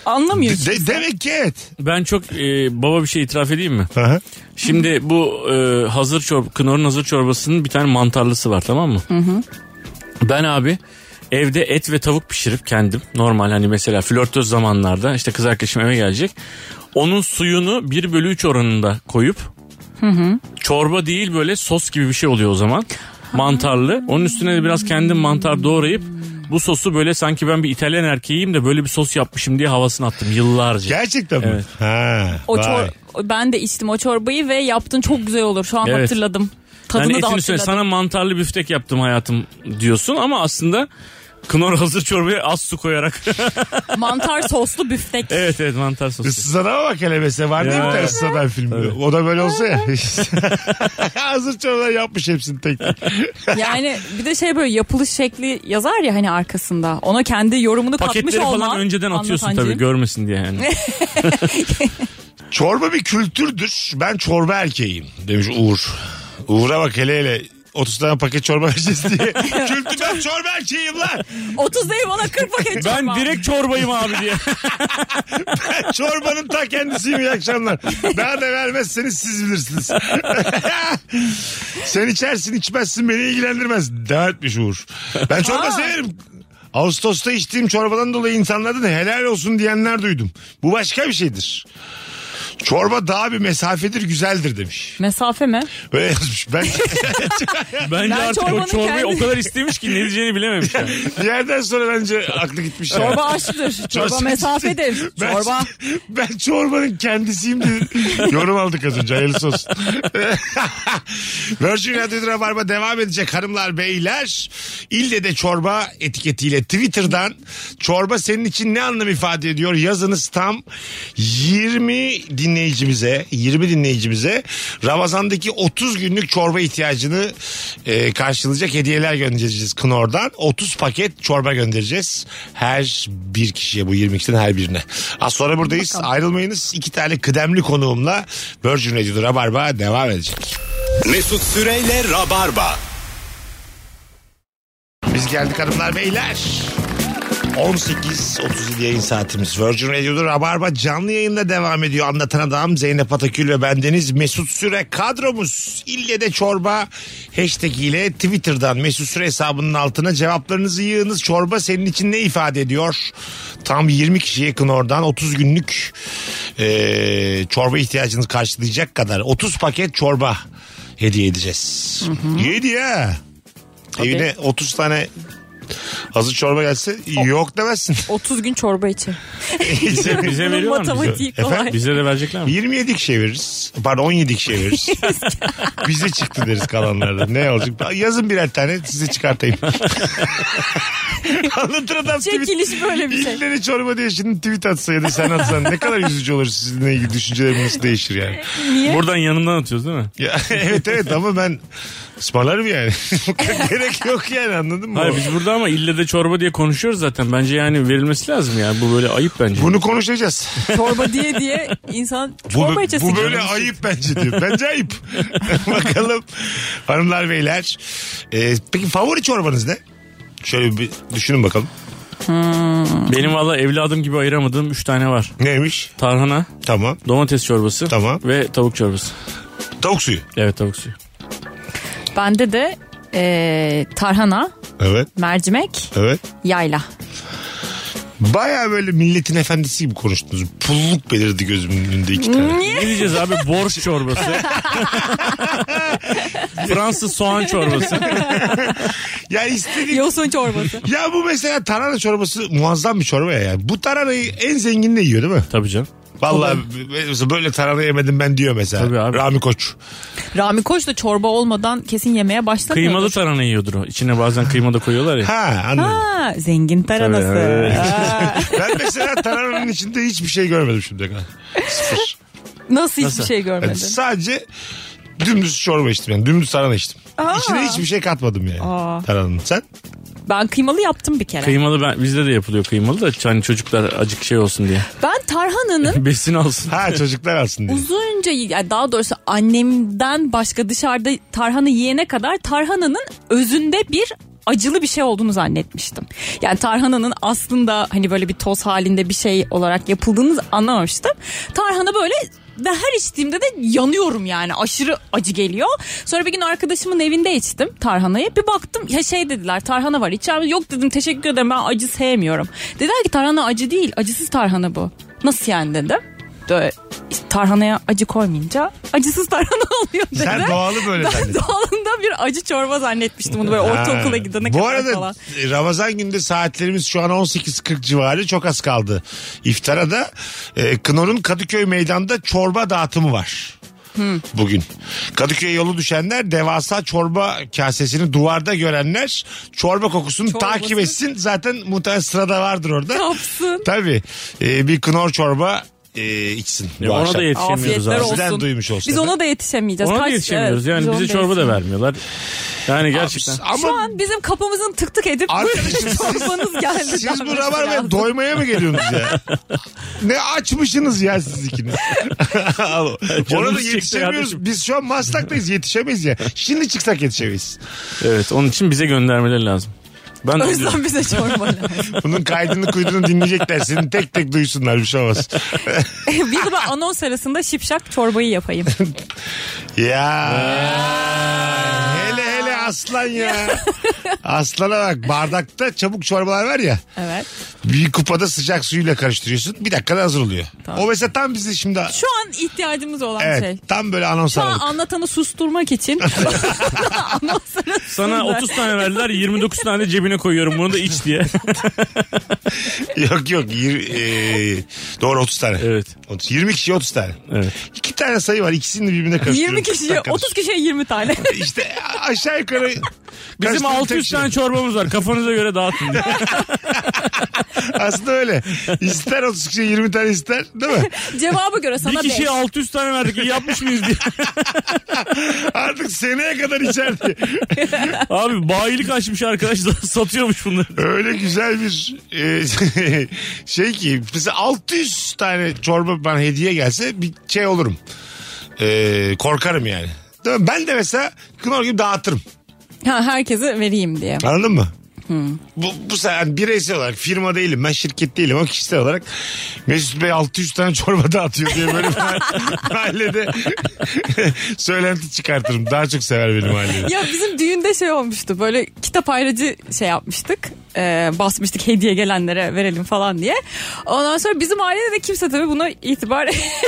Speaker 5: anlamıyorsun.
Speaker 3: De- demek ki evet.
Speaker 4: Ben çok e, baba bir şey itiraf edeyim mi?
Speaker 3: Aha.
Speaker 4: Şimdi bu e, hazır çorba, Knorr'un hazır çorbasının bir tane mantarlısı var tamam mı? Ben abi evde et ve tavuk pişirip kendim normal hani mesela flörtöz zamanlarda işte kız arkadaşım eve gelecek. Onun suyunu 1 bölü 3 oranında koyup çorba değil böyle sos gibi bir şey oluyor o zaman. Mantarlı. Onun üstüne de biraz kendim mantar doğrayıp bu sosu böyle sanki ben bir İtalyan erkeğiyim de böyle bir sos yapmışım diye havasını attım yıllarca.
Speaker 3: Gerçekten mi?
Speaker 4: Evet.
Speaker 3: Ha,
Speaker 5: O
Speaker 3: vay.
Speaker 5: çor- ben de içtim o çorbayı ve yaptın çok güzel olur. Şu an
Speaker 4: Evet.
Speaker 5: hatırladım. Tadını
Speaker 4: yani
Speaker 5: da
Speaker 4: etin üstüne
Speaker 5: hatırladım.
Speaker 4: Hani sana mantarlı büftek yaptım hayatım diyorsun ama aslında Knorr hazır çorbaya az su koyarak.
Speaker 5: Mantar soslu büftek.
Speaker 4: evet evet mantar sosu.
Speaker 3: Issız adama bak hele mesela. Var değil mi
Speaker 4: Ya.
Speaker 3: bir tane ıssız adam filmi? O da böyle olsa ya. Hazır çorba yapmış hepsini tek tek.
Speaker 5: Yani bir de şey böyle yapılış şekli yazar ya hani arkasında. Ona kendi yorumunu katmış
Speaker 4: Paketleri
Speaker 5: olman.
Speaker 4: falan önceden atıyorsun
Speaker 5: anlatancığım.
Speaker 4: tabii görmesin diye yani.
Speaker 3: Çorba bir kültürdür. Ben çorba erkeğim demiş Uğur. Uğur'a bak hele hele 30 tane paket çorba vereceğiz diye. Kültür ben çorba erkeğim lan.
Speaker 5: 30 değil bana 40 paket
Speaker 4: ben
Speaker 5: çorba.
Speaker 4: direkt çorbayım abi diye.
Speaker 3: Çorbanın ta kendisiyim iyi akşamlar. Daha da vermezseniz siz bilirsiniz. Sen içersin içmezsin beni ilgilendirmez. Devam etmiş Uğur. Ben çorba severim. Ağustos'ta içtiğim çorbadan dolayı insanlardan helal olsun diyenler duydum. Bu başka bir şeydir. Çorba daha bir mesafedir güzeldir demiş.
Speaker 5: Mesafe mi?
Speaker 3: Böyle yazmış. Ben
Speaker 4: Bence
Speaker 5: Ben
Speaker 4: artık o
Speaker 5: çorbanın
Speaker 4: çorbayı
Speaker 5: kendi-
Speaker 4: o kadar istemiş ki ne diyeceğini bilememiş. yani.
Speaker 3: bir yerden sonra bence aklı gitmiş. yani.
Speaker 5: Çorba aşktır. Çorba
Speaker 3: Nasıl-
Speaker 5: mesafedir.
Speaker 3: Ben,
Speaker 5: Çorba.
Speaker 3: ben çorbanın kendisiyim diye yorum aldık az önce. Hayırlısı olsun. Virgin Radio'da Rabarba devam edecek hanımlar beyler. İlle de çorba etiketiyle Twitter'dan çorba senin için ne anlam ifade ediyor yazınız tam 20 dinleyicimize 20 dinleyicimize Ramazan'daki 30 günlük çorba ihtiyacını e, karşılayacak hediyeler göndereceğiz Knorr'dan. 30 paket çorba göndereceğiz. Her bir kişiye bu 22'den her birine. Az sonra buradayız. Ayrılmayınız. İki tane kıdemli konuğumla Virgin Radio'da Rabarba devam edecek.
Speaker 2: Mesut Süreyle Rabarba.
Speaker 3: Biz geldik hanımlar beyler. 18.37 yayın saatimiz Virgin Radio'da Rabarba canlı yayında devam ediyor. Anlatan adam Zeynep Atakül ve bendeniz Mesut Süre kadromuz. İlle de çorba hashtag ile Twitter'dan Mesut Süre hesabının altına cevaplarınızı yığınız. Çorba senin için ne ifade ediyor? Tam 20 kişiye yakın oradan 30 günlük eee, çorba ihtiyacınızı karşılayacak kadar 30 paket çorba hediye edeceğiz. Yedi ya. Evine 30 tane hazır çorba gelse yok demezsin.
Speaker 5: 30 gün çorba içi.
Speaker 4: Bize, bize
Speaker 5: Bunun
Speaker 4: veriyorlar mı bize?
Speaker 5: matematiği kolay.
Speaker 3: Efendim?
Speaker 4: Bize de verecekler mi?
Speaker 3: 27 kişi veririz. Pardon 17 kişi veririz. Bize çıktı deriz kalanlarda. Ne olacak? Yazın birer tane size çıkartayım. Anlatır adam tweet.
Speaker 5: Çekiliş böyle bir şey.
Speaker 3: İlleri çorba diye şimdi tweet atsa ya da sen atsan ne kadar üzücü olur sizinle ilgili düşünceleriniz değişir yani.
Speaker 4: Buradan yanından atıyoruz değil mi?
Speaker 3: Ya, evet evet ama ben ısmarlarım yani. Gerek yok yani anladın mı?
Speaker 4: Hayır biz burada ama ille de çorba diye konuşuyoruz zaten. Bence yani verilmesi lazım yani. Bu böyle ayıp bence.
Speaker 3: Bunu konuşacağız.
Speaker 5: Çorba diye diye insan
Speaker 3: Bu,
Speaker 5: çorba içesi.
Speaker 3: bu böyle
Speaker 5: geliyor.
Speaker 3: ayıp bence diyor. Bence ayıp. Bakalım hanımlar beyler. Ee, peki favori çorbanız ne? Şöyle bir düşünün bakalım.
Speaker 4: Benim valla evladım gibi ayıramadığım 3 tane var.
Speaker 3: Neymiş?
Speaker 4: Tarhana,
Speaker 3: Tamam.
Speaker 4: domates çorbası
Speaker 3: Tamam.
Speaker 4: ve tavuk çorbası.
Speaker 3: Tavuk suyu.
Speaker 4: Evet tavuk suyu.
Speaker 5: Bende de eee, tarhana,
Speaker 3: Evet.
Speaker 5: mercimek,
Speaker 3: Evet.
Speaker 5: yayla.
Speaker 3: Baya böyle milletin efendisi gibi konuştunuz. Pulluk belirdi gözümün önünde iki tane.
Speaker 4: Ne diyeceğiz abi? Borş çorbası. Fransız soğan çorbası.
Speaker 3: ya istedik.
Speaker 5: Yosun çorbası.
Speaker 3: Ya bu mesela tarhana çorbası muazzam bir çorba ya. Yani. Bu tarhanayı en zengin de yiyor değil mi?
Speaker 4: Tabii canım.
Speaker 3: Vallahi mesela böyle tarhana yemedim ben diyor mesela.
Speaker 4: Tabii abi.
Speaker 3: Rami Koç.
Speaker 5: Rami Koç da çorba olmadan kesin yemeye başlamıyor.
Speaker 4: Kıymalı tarhana yiyordur o. İçine bazen kıyma da koyuyorlar ya.
Speaker 3: Ha anladım.
Speaker 5: Ha, zengin taranası.
Speaker 4: Tabii,
Speaker 5: Aa,
Speaker 3: Ben mesela tarananın içinde hiçbir şey görmedim şimdiye kadar. Sıfır.
Speaker 5: nasıl hiçbir
Speaker 4: Nasıl?
Speaker 5: şey
Speaker 3: Yani
Speaker 5: görmedin?
Speaker 3: sadece dümdüz çorba içtim yani. Dümdüz tarhana içtim.
Speaker 5: Aa.
Speaker 3: İçine hiçbir şey katmadım yani.
Speaker 5: Aa.
Speaker 3: Tarananın. Sen?
Speaker 5: Ben kıymalı yaptım bir kere.
Speaker 4: Kıymalı ben, bizde de yapılıyor kıymalı da hani çocuklar acık şey olsun diye.
Speaker 5: ben tarhananın
Speaker 4: Besin alsın.
Speaker 3: Ha çocuklar alsın diye.
Speaker 5: uzunca yani daha doğrusu annemden başka dışarıda tarhana yiyene kadar tarhananın özünde bir acılı bir şey olduğunu zannetmiştim. Yani tarhananın aslında hani böyle bir toz halinde bir şey olarak yapıldığını anlamamıştım. Tarhana böyle ve her içtiğimde de yanıyorum yani aşırı acı geliyor. Sonra bir gün arkadaşımın evinde içtim tarhanayı. Bir baktım ya şey dediler tarhana var içer misin? Yok dedim teşekkür ederim ben acı sevmiyorum. Dediler ki tarhana acı değil acısız tarhana bu. Nasıl yani dedim de- tarhanaya acı koymayınca acısız tarhana oluyor dedi.
Speaker 3: Sen doğalı böyle
Speaker 5: ben
Speaker 3: zannettin.
Speaker 5: doğalında bir acı çorba zannetmiştim bunu böyle ortaokula
Speaker 3: Ha.
Speaker 5: gidene
Speaker 3: Bu
Speaker 5: kadar
Speaker 3: arada
Speaker 5: falan.
Speaker 3: Ramazan günde saatlerimiz şu an 18.40 civarı çok az kaldı. İftara da e, Knorr'un Kadıköy meydanda çorba dağıtımı var.
Speaker 5: Hmm.
Speaker 3: Bugün. Kadıköy'e yolu düşenler devasa çorba kasesini duvarda görenler çorba kokusunu
Speaker 5: Çorbası.
Speaker 3: takip etsin. Zaten muhtemelen sırada vardır orada.
Speaker 5: Yapsın.
Speaker 3: Tabii. E, bir Knorr çorba e, içsin. bu
Speaker 4: Ya ona
Speaker 3: akşam.
Speaker 4: da yetişemiyoruz
Speaker 5: Afiyetler
Speaker 4: abi.
Speaker 5: olsun.
Speaker 3: Sizden duymuş olsun.
Speaker 5: Biz ona da yetişemeyeceğiz.
Speaker 4: Ona da
Speaker 5: Kaç-
Speaker 4: yetişemiyoruz.
Speaker 5: evet,
Speaker 4: Yani
Speaker 5: biz
Speaker 4: bize
Speaker 5: ona
Speaker 4: çorba da
Speaker 5: yetişemeyiz.
Speaker 4: vermiyorlar. Yani gerçekten.
Speaker 3: Ama
Speaker 5: Şu an bizim kapımızın tık tık edip
Speaker 3: Arkadaşım
Speaker 5: çorbanız geldi.
Speaker 3: Siz bu
Speaker 5: denmesi
Speaker 3: rabarbaya
Speaker 5: lazım.
Speaker 3: doymaya mı geliyorsunuz ya? ne açmışsınız ya siz ikiniz. Alo. Orada
Speaker 4: Canımız çekti
Speaker 3: yetişemiyoruz.
Speaker 4: kardeşim.
Speaker 3: Biz şu an Maslak'tayız yetişemeyiz ya. Şimdi çıksak yetişemeyiz.
Speaker 4: Evet onun için bize göndermeleri lazım. Ben de
Speaker 5: O
Speaker 4: diyorum.
Speaker 5: yüzden bize çorba lazım.
Speaker 3: Bunun kaydını kuydunu dinleyecekler. Seni tek tek duysunlar bir şey olmaz.
Speaker 5: bir de ben Eh, anons arasında şipşak çorbayı yapayım.
Speaker 3: ya. hele hele aslan ya. Aslana bak bardakta çabuk çorbalar var ya.
Speaker 5: Evet.
Speaker 3: Bir kupada sıcak suyuyla karıştırıyorsun. Bir dakikada hazır oluyor. O mesela tam bizi şimdi...
Speaker 5: Şu an ihtiyacımız olan
Speaker 3: Evet
Speaker 5: şey.
Speaker 3: tam böyle anons
Speaker 5: Şu an
Speaker 3: aradık.
Speaker 5: anlatanı susturmak için. Anonsları
Speaker 4: Sana
Speaker 5: susturdu.
Speaker 4: 30 tane verdiler 29 tane cebine koyuyorum bunu da iç diye.
Speaker 3: yok yok. Yir, e, doğru 30 tane.
Speaker 4: Evet.
Speaker 3: 30, 20 kişi 30 tane.
Speaker 4: Evet.
Speaker 3: İki tane sayı var. İkisini de birbirine karıştırıyorum.
Speaker 5: 20
Speaker 3: 40
Speaker 5: kişiye
Speaker 3: dakikadır.
Speaker 5: 30 kişiye 20 tane.
Speaker 3: İşte aşağı yukarı
Speaker 4: Bizim
Speaker 3: karıştırıyorum
Speaker 4: 600
Speaker 3: tek
Speaker 4: tane çorbamız var kafanıza göre dağıtın diye.
Speaker 3: şey. Aslında öyle. İster 30 kişi 20 tane ister değil mi?
Speaker 5: Cevaba göre
Speaker 4: Bir
Speaker 5: sana 5.
Speaker 4: kişiye 600 tane verdik iyi yapmış mıyız diye.
Speaker 3: Artık seneye kadar içerdi.
Speaker 4: Abi bayilik açmış arkadaşlar satıyormuş bunları.
Speaker 3: Öyle güzel bir e, şey ki mesela 600 tane çorba bana hediye gelse bir şey olurum. E, korkarım yani. Değil mi? Ben de mesela Knorr gibi dağıtırım.
Speaker 5: Ha, herkese vereyim diye.
Speaker 3: Anladın mı? Bu, bu sefer yani bireysel olarak firma değilim ben şirket değilim ama kişisel olarak Mesut Bey 600 tane çorba dağıtıyor diye böyle bir mahallede söylenti çıkartırım. Daha çok sever benim mahallemi.
Speaker 5: Ya bizim düğünde şey olmuştu böyle kitap ayracı şey yapmıştık Ee, basmıştık hediye gelenlere verelim falan diye. Ondan sonra bizim ailede de kimse tabii buna itibar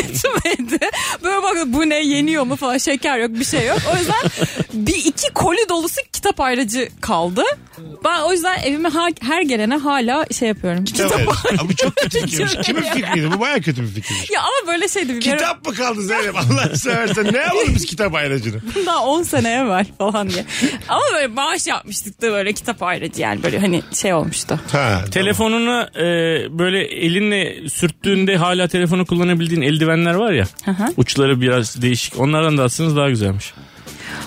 Speaker 5: etmedi. Böyle bak bu ne yeniyor mu falan şeker yok bir şey yok. O yüzden bir iki koli dolusu kitap ayracı kaldı. Ben o yüzden evime her, her gelene hala şey yapıyorum.
Speaker 3: Kitap Ama bu çok kötü fikirmiş.
Speaker 5: Çok
Speaker 3: Kimin fikriydi? Bu baya kötü bir fikirmiş.
Speaker 5: Ya ama böyle şeydi bir ara-
Speaker 3: Kitap mı kaldı Zeynep? Allah'ını seversen ne yapalım biz kitap ayracını?
Speaker 5: daha 10 seneye ver falan diye. Ama böyle bağış yapmıştık da böyle kitap ayracı yani böyle hani şey olmuştu.
Speaker 3: Ha,
Speaker 4: Telefonuna e, böyle elinle sürttüğünde hala telefonu kullanabildiğin eldivenler var ya.
Speaker 5: hı.
Speaker 4: Uçları biraz değişik. Onlardan da atsanız daha güzelmiş.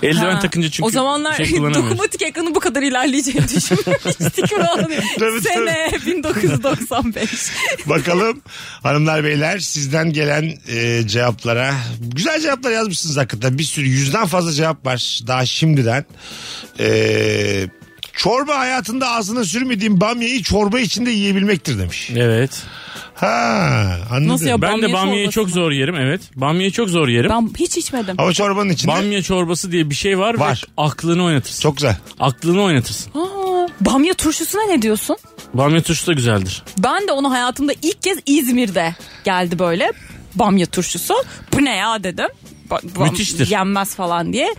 Speaker 4: Eldiven
Speaker 5: Ha.
Speaker 4: takınca çünkü
Speaker 5: O zamanlar
Speaker 4: şey kullanamıyorsun.
Speaker 5: dokunmatik ekranın bu kadar ilerleyeceğini düşünmemiştik.
Speaker 3: tabii.
Speaker 5: Sene 1995.
Speaker 3: tamam. Bakalım hanımlar beyler sizden gelen e, cevaplara. Güzel cevaplar yazmışsınız hakikaten. Bir sürü yüzden fazla cevap var daha şimdiden. E, çorba hayatında ağzına sürmediğim bamyayı çorba içinde yiyebilmektir demiş.
Speaker 4: Evet.
Speaker 3: Ha anladım.
Speaker 5: Nasıl yap-
Speaker 4: Ben de
Speaker 5: Bamya
Speaker 4: bamyayı
Speaker 5: çorbası
Speaker 4: çok
Speaker 5: mı?
Speaker 4: zor yerim evet. Bamyayı çok zor yerim.
Speaker 5: Ben hiç içmedim.
Speaker 3: Ama çorbanın içinde
Speaker 4: Bamya çorbası diye bir şey var,
Speaker 3: Var.
Speaker 4: ve aklını oynatırsın.
Speaker 3: çok güzel.
Speaker 4: Aklını oynatırsın.
Speaker 5: Aa, bamya turşusuna ne diyorsun?
Speaker 4: Bamya turşusu da güzeldir.
Speaker 5: Ben de onu hayatımda ilk kez İzmir'de geldi böyle bamya turşusu. Bu ne ya dedim. Ba- bam-
Speaker 4: Müthiştir.
Speaker 5: Yenmez falan diye.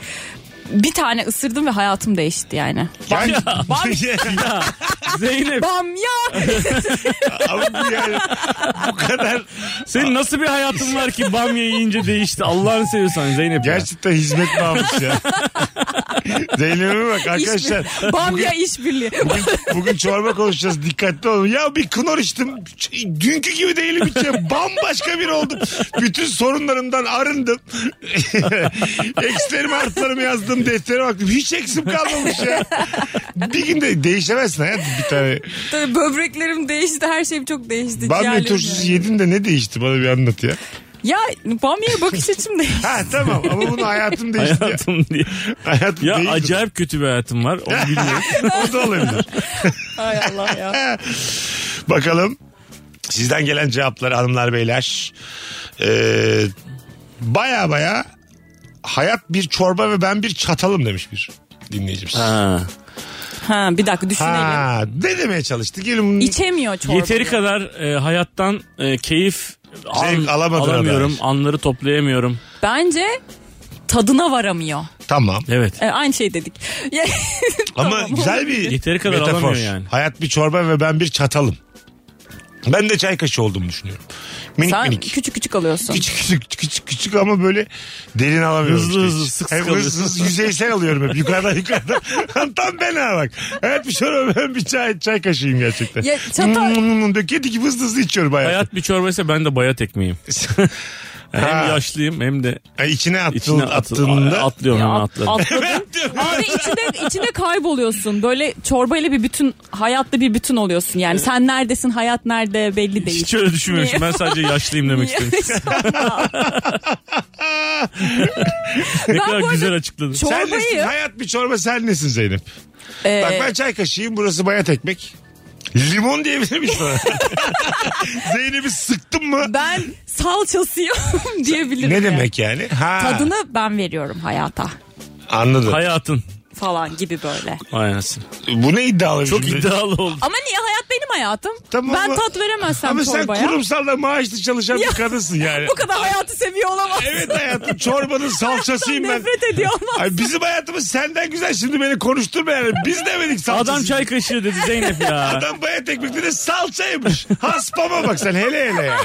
Speaker 5: Bir tane ısırdım ve hayatım değişti yani.
Speaker 3: Yani,
Speaker 4: Zeynep
Speaker 5: Bamya!
Speaker 3: ama bu yani bu kadar
Speaker 4: senin nasıl bir hayatın var ki bamya yiyince değişti Allah'ını seviyorsan Zeynep ya.
Speaker 3: Gerçekten hizmet bağımlısı ya. Zeynep'e bak arkadaşlar.
Speaker 5: İşbirliği. Bamya işbirliği.
Speaker 3: Bugün, bugün çorba konuşacağız dikkatli olun. Ya bir kınor içtim. Ç- Dünkü gibi değilim hiç. ya. Bambaşka bir oldum. Bütün sorunlarımdan arındım. Eksilerimi artılarımı yazdım deftere baktım. Hiç eksim kalmamış ya. Bir günde değişemezsin hayatım bir tane.
Speaker 5: Tabii böbreklerim değişti, her şeyim çok değişti.
Speaker 3: Bamya
Speaker 5: ciğerlerim
Speaker 3: turşusu
Speaker 5: yani.
Speaker 3: yedin de ne değişti bana bir anlat ya.
Speaker 5: Ya bamyaya bakış açım değişti.
Speaker 3: Ha tamam ama bunu hayatım değişti ya.
Speaker 4: Hayatım diye.
Speaker 3: Hayatım
Speaker 4: Ya
Speaker 3: değişti.
Speaker 4: acayip kötü bir hayatım var. Onu bilmiyorum.
Speaker 3: o da olabilir.
Speaker 5: Hay Allah ya.
Speaker 3: Bakalım sizden gelen cevapları hanımlar beyler. Ee, baya baya hayat bir çorba ve ben bir çatalım demiş bir dinleyicimiz. Ha.
Speaker 4: Ha.
Speaker 5: Ha, bir dakika düşünelim.
Speaker 3: ne demeye çalıştı? Gelin bunun
Speaker 5: İçemiyor çorba.
Speaker 4: Yeteri kadar e, hayattan e, keyif al-
Speaker 3: Zevk alamadın
Speaker 4: alamıyorum.
Speaker 3: adam.
Speaker 4: Anları toplayamıyorum.
Speaker 5: Bence tadına varamıyor.
Speaker 3: Tamam.
Speaker 4: Evet.
Speaker 5: E, aynı şey dedik. Ya-
Speaker 3: Ama
Speaker 5: Tamam,
Speaker 3: güzel
Speaker 5: olabilir.
Speaker 3: bir
Speaker 4: Yeteri kadar
Speaker 3: metafor.
Speaker 4: alamıyor yani.
Speaker 3: Hayat bir çorba ve ben bir çatalım. Ben de çay kaşığı olduğumu düşünüyorum. Minik
Speaker 5: Sen
Speaker 3: minik.
Speaker 5: küçük küçük alıyorsun.
Speaker 3: Küçük küçük küçük küçük ama böyle derin alamıyorum.
Speaker 4: Hızlı
Speaker 3: işte
Speaker 4: hızlı
Speaker 3: hiç.
Speaker 4: sık
Speaker 3: Hem
Speaker 4: sık alıyorsun.
Speaker 3: hızlı hızlı yüzeysel alıyorum hep yukarıdan yukarıdan. Tam ben ha bak. Evet bir şey olmuyor. ben bir çay, çay kaşıyım gerçekten.
Speaker 5: Ya çatal-
Speaker 3: Hmm, diyor. Kedi gibi hızlı hızlı içiyorum bayağı.
Speaker 4: Hayat bir çorbaysa ben de bayat ekmeğim.
Speaker 3: Ha.
Speaker 4: hem yaşlıyım hem de
Speaker 3: Ay, içine, attığın,
Speaker 4: içine atıl-
Speaker 3: attığında.
Speaker 4: atlıyorum
Speaker 5: Ya,
Speaker 4: ben
Speaker 5: at-
Speaker 4: atlarım.
Speaker 5: atladın. Abi içinde, içinde kayboluyorsun. Böyle çorbayla bir bütün, hayatla bir bütün oluyorsun. Yani sen neredesin, hayat nerede belli değil.
Speaker 4: Hiç öyle düşünmemişim. Ben sadece yaşlıyım demek istedim. Ne
Speaker 5: bu arada
Speaker 4: kadar güzel açıkladın.
Speaker 5: çok-
Speaker 3: sen
Speaker 5: çorbayı-
Speaker 3: nesin? Hayat bir çorba sen nesin Zeynep?
Speaker 5: Ee,
Speaker 3: Bak ben çay kaşıyım burası bayat ekmek. Limon diyebilir miyiz sana? Zeynep'i sıktın mı?
Speaker 5: ben salçasıyım diyebilirim.
Speaker 3: Ne
Speaker 5: yani.
Speaker 3: demek yani? Ha,
Speaker 5: Tadını ben veriyorum hayata.
Speaker 3: anladım.
Speaker 4: Hayatın.
Speaker 5: falan gibi böyle.
Speaker 4: Aynasın.
Speaker 3: Bu ne iddialı?
Speaker 4: Çok
Speaker 3: cümle?
Speaker 4: iddialı oldu.
Speaker 5: Ama niye hayat benim hayatım?
Speaker 3: Tamam
Speaker 5: ben
Speaker 3: ama-
Speaker 5: tat veremezsem
Speaker 3: Ama sen
Speaker 5: çorbaya.
Speaker 3: kurumsalda maaşlı çalışan bir
Speaker 5: Ya.
Speaker 3: kadınsın yani.
Speaker 5: Bu kadar hayatı seviyor olamaz.
Speaker 3: Evet hayatım çorbanın salçasıyım ben.
Speaker 5: Nefret ediyor olamaz.
Speaker 3: Ay bizim hayatımız senden güzel şimdi beni konuşturma yani. Biz demedik salçası.
Speaker 4: Adam çay kaşığı dedi Zeynep ya.
Speaker 3: Adam bayat ekmekte de salçaymış. Haspama bak sen hele hele yani.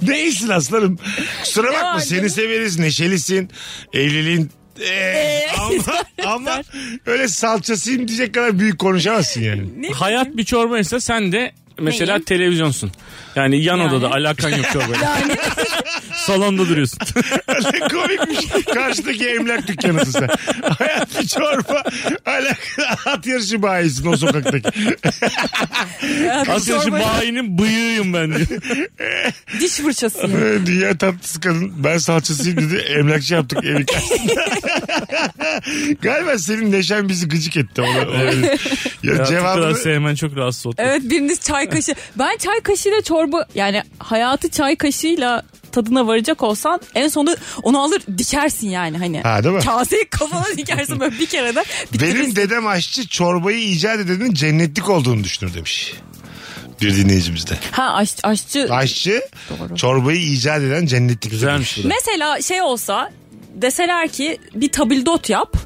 Speaker 3: Değilsin aslanım. Kusura bakma
Speaker 5: var
Speaker 3: seni
Speaker 5: canım?
Speaker 3: severiz. Neşelisin. Evliliğin ee, ama, ama öyle salçasıyım diyecek kadar büyük konuşamazsın yani.
Speaker 4: Hayat bir çorbaysa sen de mesela
Speaker 5: Neyim?
Speaker 4: televizyonsun. Yani yan
Speaker 5: Yani.
Speaker 4: odada alakan yok çorbaya. Salonda duruyorsun.
Speaker 3: Ne komikmiş. Karşıdaki emlak dükkanısın sen. Hayat bir çorba. Alakalı at yarışı bayisin o sokaktaki.
Speaker 5: Hayatım
Speaker 4: Aslında şu
Speaker 5: çorbaya-
Speaker 4: bayinin bıyığıyım ben diyor.
Speaker 5: Diş fırçası.
Speaker 3: Ee, Dünya tatlısı kadın. Ben salçasıyım dedi. Emlakçı yaptık evi karşısında. Galiba senin neşen bizi gıcık etti. Ona, olabilir. ya
Speaker 4: Ya, Bu kadar
Speaker 3: cevabını...
Speaker 4: sevmen çok rahatsız oldu.
Speaker 5: Evet biriniz çay kaşığı. Ben çay kaşığıyla çorba yani hayatı çay kaşığıyla tadına varacak olsan en sonunda onu alır dikersin yani hani.
Speaker 3: Ha, değil mi?
Speaker 5: Kaseyi kafana dikersin böyle bir kere de.
Speaker 3: Benim dedem aşçı çorbayı icat edenin cennetlik olduğunu düşünür demiş. Bir dinleyicimizde.
Speaker 5: Ha aş, aşçı.
Speaker 3: Aşçı çorbayı icat eden cennetlik.
Speaker 4: Güzelmiş bu da.
Speaker 5: Mesela şey olsa deseler ki bir tabildot yap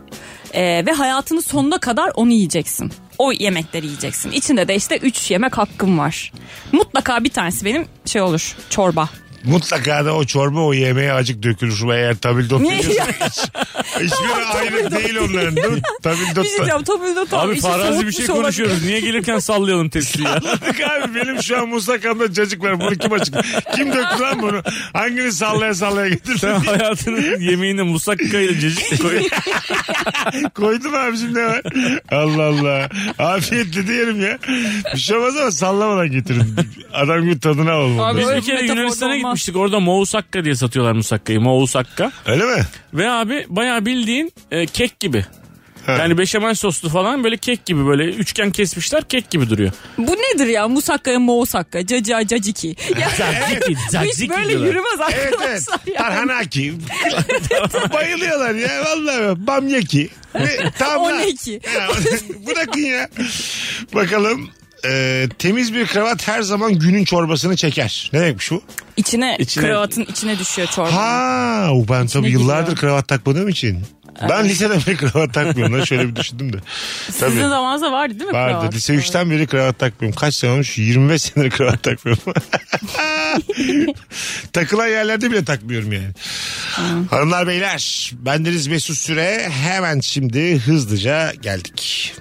Speaker 5: e, ve hayatının sonuna kadar onu yiyeceksin. O yemekleri yiyeceksin. İçinde de işte 3 yemek hakkım var. Mutlaka bir tanesi benim şey olur çorba.
Speaker 3: Mutlaka da o çorba o yemeğe acık dökülür. Şu Eğer tabildot
Speaker 5: Niye
Speaker 3: yiyorsa hiç, hiçbir ayrı
Speaker 5: tabildot
Speaker 3: değil onların değil mi? Tabildot
Speaker 5: Bir şey diyeceğim tabildot ama
Speaker 4: Abi
Speaker 5: içi
Speaker 4: farazi bir
Speaker 5: soğutmuş
Speaker 4: şey
Speaker 5: olabilir.
Speaker 4: konuşuyoruz. Niye gelirken sallayalım tepsiyi ya?
Speaker 3: Bak abi benim şu an musakamda cacık var. Bunu kim açık? Kim döktü lan bunu? Hangini sallaya sallaya
Speaker 4: Sen
Speaker 3: getirdin?
Speaker 4: hayatının yemeğine musakka ile cecik koy.
Speaker 3: Koydum abicim ne var? Allah Allah. Afiyetle diyelim ya. Bir şey olmaz ama sallamadan getirin. Adam gibi tadına alalım. onları.
Speaker 5: Abi
Speaker 4: Biz
Speaker 5: Böyle
Speaker 4: bir
Speaker 5: bir
Speaker 4: kere
Speaker 5: metafor
Speaker 4: Yunanistan'a
Speaker 5: olmaz.
Speaker 4: gitmiştik. Orada mousakka diye satıyorlar musakkayı. Mousakka.
Speaker 3: Öyle mi?
Speaker 4: Ve abi bayağı bildiğin e, kek gibi. Yani beşamel soslu falan böyle kek gibi böyle üçgen kesmişler kek gibi duruyor.
Speaker 5: Bu nedir ya musakkaya moğusakka caca caciki. Ya,
Speaker 4: Caciki,
Speaker 5: bu
Speaker 4: caciki
Speaker 5: iş böyle
Speaker 4: diyorlar.
Speaker 5: yürümez
Speaker 3: Evet
Speaker 5: arkadaşlar
Speaker 3: evet.
Speaker 5: ya.
Speaker 3: Tarhanaki. Bayılıyorlar ya vallahi. Bamyaki. Ne, tam
Speaker 5: O
Speaker 3: da-
Speaker 5: ne ki?
Speaker 3: Ya, Bırakın ya. Bakalım. e, temiz bir kravat her zaman günün çorbasını çeker. Ne demekmiş bu?
Speaker 5: İçine,
Speaker 4: İçine-
Speaker 5: kravatın içine düşüyor çorba.
Speaker 3: Ha, o ben tabii
Speaker 5: gidiyor.
Speaker 3: yıllardır kravat takmadığım için. Ben liseden beri kravat takmıyorum. lan şöyle bir düşündüm de.
Speaker 5: Sizin zamanınızda vardı değil mi
Speaker 3: Vardı.
Speaker 5: kravat?
Speaker 3: Lise 3'ten beri kravat takmıyorum. Kaç sene olmuş? 25 senedir kravat takmıyorum. Takılan yerlerde bile takmıyorum yani. Hanımlar beyler bendeniz Mesut Süre hemen şimdi hızlıca geldik.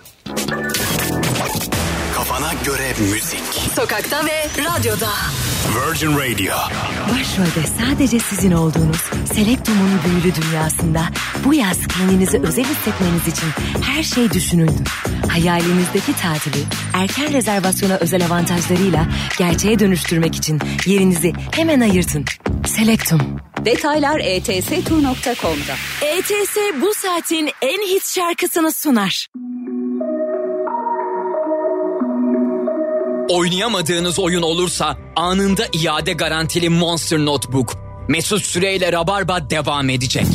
Speaker 2: Kafana göre müzik.
Speaker 6: Sokakta ve radyoda.
Speaker 2: Virgin Radio.
Speaker 6: Başrolde sadece sizin olduğunuz Selectum'un büyülü dünyasında bu yaz kendinizi özel hissetmeniz için her şey düşünüldü. Hayalinizdeki tatili erken rezervasyona özel avantajlarıyla gerçeğe dönüştürmek için yerinizi hemen ayırtın. Selectum.
Speaker 7: Detaylar etstu.com'da.
Speaker 6: ETS E bu saatin en hit şarkısını sunar.
Speaker 8: Oynayamadığınız oyun olursa anında iade garantili Monster Notebook. Mesut Süreyle Rabarba devam edecek.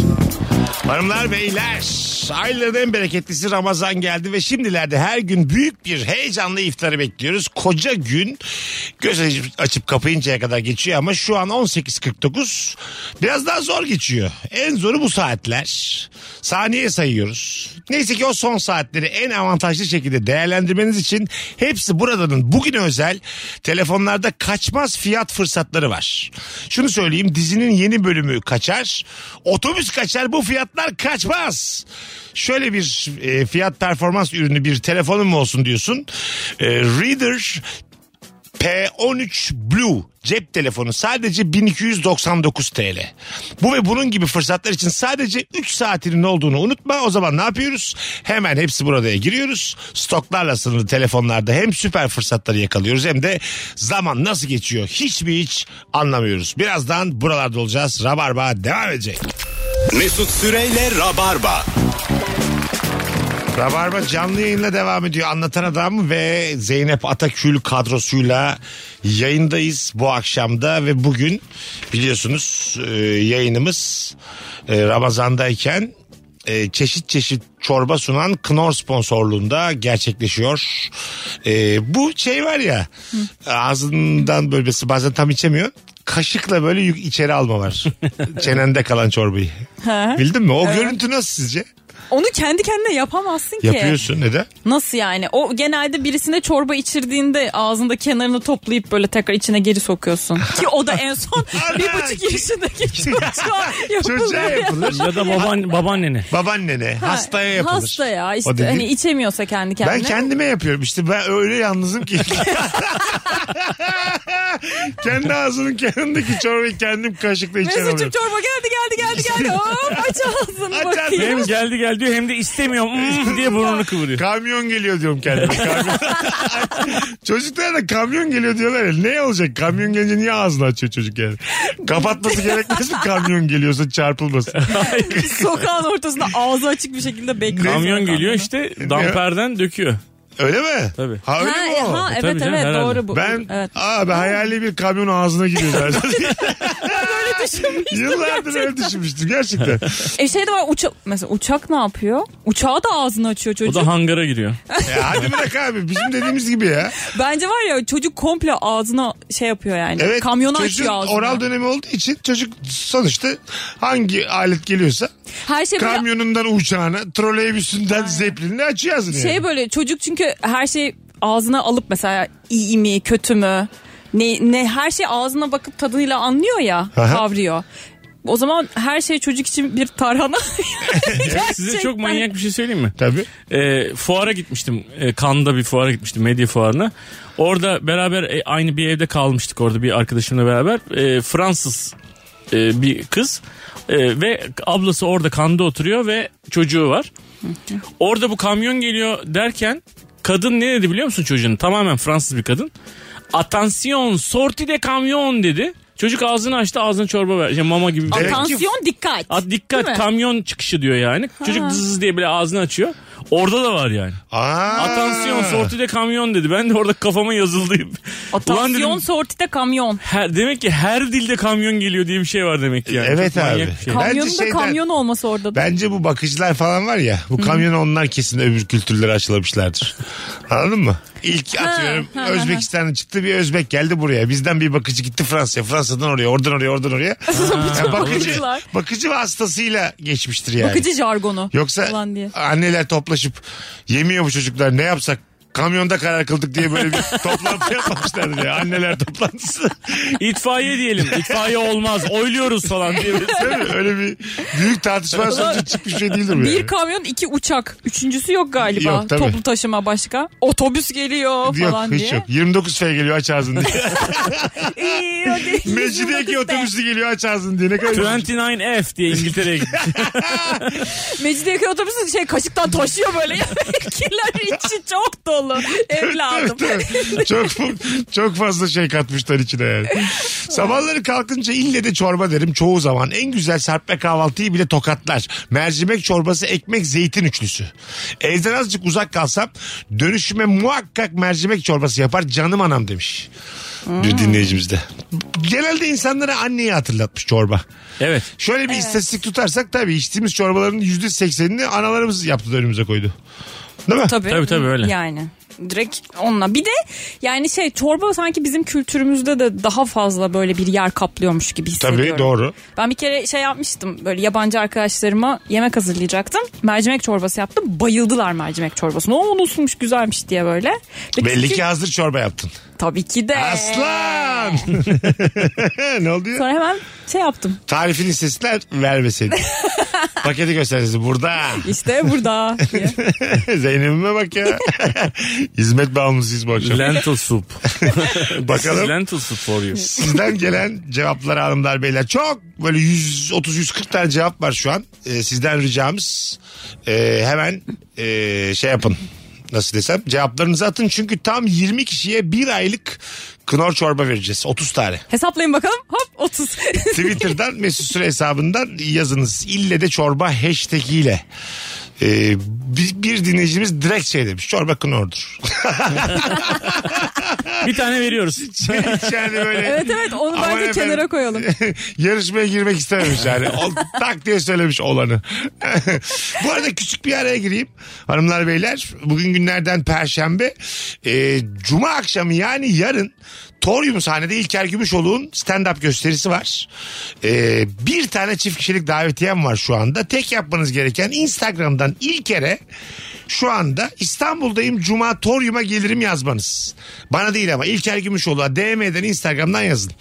Speaker 3: Hanımlar beyler ayların en bereketlisi Ramazan geldi ve şimdilerde her gün büyük bir heyecanla iftarı bekliyoruz. Koca gün göz açıp, açıp kapayıncaya kadar geçiyor ama şu an 18.49 biraz daha zor geçiyor. En zoru bu saatler. Saniye sayıyoruz. Neyse ki o son saatleri en avantajlı şekilde değerlendirmeniz için hepsi buradanın bugün özel telefonlarda kaçmaz fiyat fırsatları var. Şunu söyleyeyim dizinin yeni bölümü kaçar. Otobüs kaçar bu fiyatlar kaçmaz. Şöyle bir e, fiyat performans ürünü bir telefonun mu olsun diyorsun. E, Reader P13 Blue cep telefonu sadece 1299 TL. Bu ve bunun gibi fırsatlar için sadece 3 saatinin olduğunu unutma. O zaman ne yapıyoruz? Hemen hepsi buradaya giriyoruz. Stoklarla sınırlı telefonlarda hem süper fırsatları yakalıyoruz hem de zaman nasıl geçiyor hiç mi hiç anlamıyoruz. Birazdan buralarda olacağız. Rabarba devam edecek.
Speaker 2: Mesut Süreyle Rabarba.
Speaker 3: Rabarba canlı yayınla devam ediyor. Anlatan Adam ve Zeynep Atakül kadrosuyla yayındayız bu akşamda ve bugün biliyorsunuz e, yayınımız e, Ramazan'dayken e, çeşit çeşit çorba sunan Knorr sponsorluğunda gerçekleşiyor. E, bu şey var ya ağzından böyle bir- bazen tam içemiyor. Kaşıkla böyle yük- içeri alma var. Çenende kalan çorbayı.
Speaker 5: Ha.
Speaker 3: Bildin mi? O görüntü nasıl sizce?
Speaker 5: Onu kendi kendine yapamazsın ki.
Speaker 3: Yapıyorsun neden?
Speaker 5: Nasıl yani? O genelde birisine çorba içirdiğinde ağzında kenarını toplayıp böyle tekrar içine geri sokuyorsun. Ki o da en son bir buçuk yaşındaki çocuğa
Speaker 3: Çocuğa
Speaker 5: yapılır.
Speaker 3: yapılır.
Speaker 4: Ya da baban, babaannene.
Speaker 3: Babaannene, hastaya yapılır.
Speaker 5: Hasta ya
Speaker 3: O
Speaker 5: işte
Speaker 3: dediğin-
Speaker 5: hani içemiyorsa kendi kendine.
Speaker 3: Ben kendime yapıyorum işte ben öyle yalnızım ki. Kendi ağzının kenarındaki çorbayı kendim kaşıkla
Speaker 5: Mesut'cum
Speaker 3: içemiyorum.
Speaker 5: çorba geldi geldi geldi geldi. Hop aç ağzını
Speaker 3: Aç
Speaker 5: bakayım.
Speaker 4: Hem geldi gel diyor hem de istemiyorum "Mm" diye burnunu kıvırıyor.
Speaker 3: Kamyon geliyor diyorum kendime. Kamyon. Çocuklara da kamyon geliyor diyorlar ya. Ne olacak? Kamyon gelince niye ağzını açıyor çocuk yani? Kapatması gerekmez mi kamyon geliyorsa çarpılmasın?
Speaker 5: Sokağın ortasında ağzı açık bir şekilde bekliyor.
Speaker 4: Kamyon geliyor işte damperden döküyor.
Speaker 3: Öyle mi?
Speaker 4: Tabii.
Speaker 3: Ha öyle
Speaker 5: Ha,
Speaker 3: mi E, o?
Speaker 5: ha, evet
Speaker 4: Tabii canım,
Speaker 5: evet
Speaker 4: herhalde.
Speaker 5: doğru bu.
Speaker 3: Ben
Speaker 5: evet.
Speaker 3: abi hayali bir kamyon ağzına giriyor zaten.
Speaker 5: Öyle düşünmüştüm
Speaker 3: Yıllardır öyle
Speaker 5: gerçekten.
Speaker 3: düşünmüştüm gerçekten.
Speaker 5: E şey de var uçak mesela uçak ne yapıyor? Uçağı da ağzını açıyor
Speaker 4: O
Speaker 5: çocuk.
Speaker 4: da hangara giriyor.
Speaker 3: Ya E, hadi bırak abi bizim dediğimiz gibi ya.
Speaker 5: Bence var ya çocuk komple ağzına şey yapıyor yani.
Speaker 3: Evet.
Speaker 5: Kamyonu
Speaker 3: çocuğun
Speaker 5: açıyor ağzına.
Speaker 3: oral dönemi olduğu için çocuk sonuçta hangi alet geliyorsa
Speaker 5: Her şey böyle
Speaker 3: kamyonundan uçağına, troleybüsünden zeplinine açıyor ağzını. yani.
Speaker 5: şey böyle çocuk çünkü her şey ağzına alıp mesela iyi mi kötü mü ne, ne her şey ağzına bakıp tadıyla anlıyor ya
Speaker 3: Aha.
Speaker 5: kavruyor. O zaman her şey çocuk için bir tarhana.
Speaker 4: Size çok
Speaker 5: Gerçekten.
Speaker 4: manyak bir şey söyleyeyim mi?
Speaker 3: Tabii.
Speaker 4: e, fuara gitmiştim. E, Cannes'da bir fuara gitmiştim. Medya fuarına. Orada beraber e, aynı bir evde kalmıştık orada bir arkadaşımla beraber. E, Fransız e, bir kız E, ve ablası orada Cannes'da oturuyor ve çocuğu var. Orada bu kamyon geliyor derken kadın ne dedi biliyor musun çocuğun? Tamamen Fransız bir kadın. Atansiyon sorti de kamyon dedi. Çocuk ağzını açtı ağzına çorba ver. yani mama gibi bir şey.
Speaker 3: Demek ki-
Speaker 5: Tansiyon dikkat.
Speaker 4: At
Speaker 5: Değil
Speaker 4: dikkat
Speaker 5: mi?
Speaker 4: kamyon çıkışı diyor yani. Çocuk dızız diye bile ağzını açıyor. Orada da var yani.
Speaker 3: Aa.
Speaker 4: Atansiyon sortide kamyon dedi. Ben de orada kafama yazıldıyım. Ulan
Speaker 5: Tansiyon
Speaker 4: dedim,
Speaker 5: sortite kamyon.
Speaker 4: her, demek ki her dilde kamyon geliyor diye bir şey var demek ki yani.
Speaker 3: Evet
Speaker 4: Çok manyak
Speaker 3: abi.
Speaker 4: bir şey.
Speaker 3: Bence
Speaker 5: Kamyonun da
Speaker 3: şeyden-
Speaker 5: kamyon olması orada da.
Speaker 3: Bence bu bakıcılar falan var ya bu kamyonu onlar kesin öbür kültürlere aşılamışlardır. Anladın mı? İlk atıyorum
Speaker 5: ha, ha, ha.
Speaker 3: Özbekistan'a çıktı bir Özbek geldi buraya. Bizden bir bakıcı gitti Fransa'ya. Fransa'dan oraya oradan oraya oradan oraya. Yani bakıcı,
Speaker 5: bakıcılar.
Speaker 3: bakıcı vasıtasıyla geçmiştir yani.
Speaker 5: Bakıcı jargonu.
Speaker 3: Yoksa
Speaker 5: falan diye.
Speaker 3: anneler toplaşıp yemiyor bu çocuklar ne yapsak kamyonda karar kıldık diye böyle bir toplantı yapmışlardı ya anneler toplantısı.
Speaker 4: İtfaiye diyelim. İtfaiye olmaz. Oyluyoruz falan diye.
Speaker 3: Değil mi? Öyle bir büyük tartışma sonucu çıkmış bir şey değildir bu yani.
Speaker 5: Bir kamyon iki uçak. Üçüncüsü yok galiba.
Speaker 3: Yok, tabii.
Speaker 5: Toplu taşıma başka. Otobüs geliyor falan
Speaker 3: Yok hiç
Speaker 5: diye.
Speaker 3: yok. 29 F geliyor aç ağzını diye.
Speaker 5: İyi, hadi.
Speaker 3: Mecidiyeki
Speaker 5: 29 de.
Speaker 3: otobüsü geliyor aç ağzını diye. Ne kadar
Speaker 4: 29F diye İngiltere'ye gitti.
Speaker 5: Mecidiyeköy otobüsü şey kaşıktan taşıyor böyle. Kirler içi çok dolu. Evladım.
Speaker 3: çok çok fazla şey katmışlar içine yani. Sabahları kalkınca ille de çorba derim çoğu zaman. En güzel serpme kahvaltıyı bile tokatlar. Mercimek çorbası, ekmek, zeytin üçlüsü. Evden azıcık uzak kalsam dönüşüme muhakkak mercimek çorbası yapar canım anam demiş.
Speaker 5: Hmm.
Speaker 3: Bir dinleyicimiz de. Genelde insanlara anneyi hatırlatmış çorba.
Speaker 4: evet.
Speaker 3: Şöyle bir istatistik tutarsak tabii içtiğimiz çorbaların yüzde seksenini analarımız yaptı da önümüze koydu. Değil mi?
Speaker 5: Tabii.
Speaker 4: Tabii, tabii, öyle.
Speaker 5: Yani direkt onunla. Bir de yani şey çorba sanki bizim kültürümüzde de daha fazla böyle bir yer kaplıyormuş gibi hissediyorum.
Speaker 3: Tabii doğru.
Speaker 5: Ben bir kere şey yapmıştım böyle yabancı arkadaşlarıma yemek hazırlayacaktım. Mercimek çorbası yaptım. Bayıldılar mercimek çorbasına. O nasılmış güzelmiş diye böyle. Ve
Speaker 3: Belli
Speaker 5: çünkü-
Speaker 3: ki hazır çorba yaptın.
Speaker 5: Tabii ki de.
Speaker 3: Aslan! ne oldu ya?
Speaker 5: Sonra hemen şey yaptım.
Speaker 3: Tarifin listesinden vermeseydi. Paketi gösterseydi burada.
Speaker 5: İşte burada diye.
Speaker 3: Zeynep'ime bak ya. Hizmet bağımlısıyız bu akşam.
Speaker 4: Lentil soup.
Speaker 3: Bakalım.
Speaker 4: Lentil soup for you.
Speaker 3: Sizden gelen cevapları hanımlar beyler çok böyle 130-140 tane cevap var şu an. Ee, sizden ricamız e, hemen e, şey yapın. Nasıl desem cevaplarınızı atın çünkü tam 20 kişiye bir aylık knorr çorba vereceğiz 30 tane.
Speaker 5: Hesaplayın bakalım. Hop 30.
Speaker 3: Twitter'dan Mesut Süre hesabından yazınız. İlle de çorba hashtagiyle. Ee, bir, bir dinleyicimiz direkt şey demiş. Çorba knordur.
Speaker 4: Bir tane veriyoruz.
Speaker 3: yani böyle.
Speaker 5: evet evet onu ben da
Speaker 3: efendim-
Speaker 5: kenara koyalım.
Speaker 3: yarışmaya girmek istememiş yani. O, tak diye söylemiş olanı. Bu arada küçük bir araya gireyim. Hanımlar beyler bugün günlerden perşembe. Ee, Cuma akşamı yani yarın Torium sahnede İlker Gümüşoğlu'nun stand-up gösterisi var. Ee, bir tane çift kişilik davetiyem var şu anda. Tek yapmanız gereken Instagram'dan ilk kere şu anda İstanbul'dayım Cuma Torium'a gelirim yazmanız. Bana değil ama İlker Gümüşoğlu'na DM'den Instagram'dan yazın.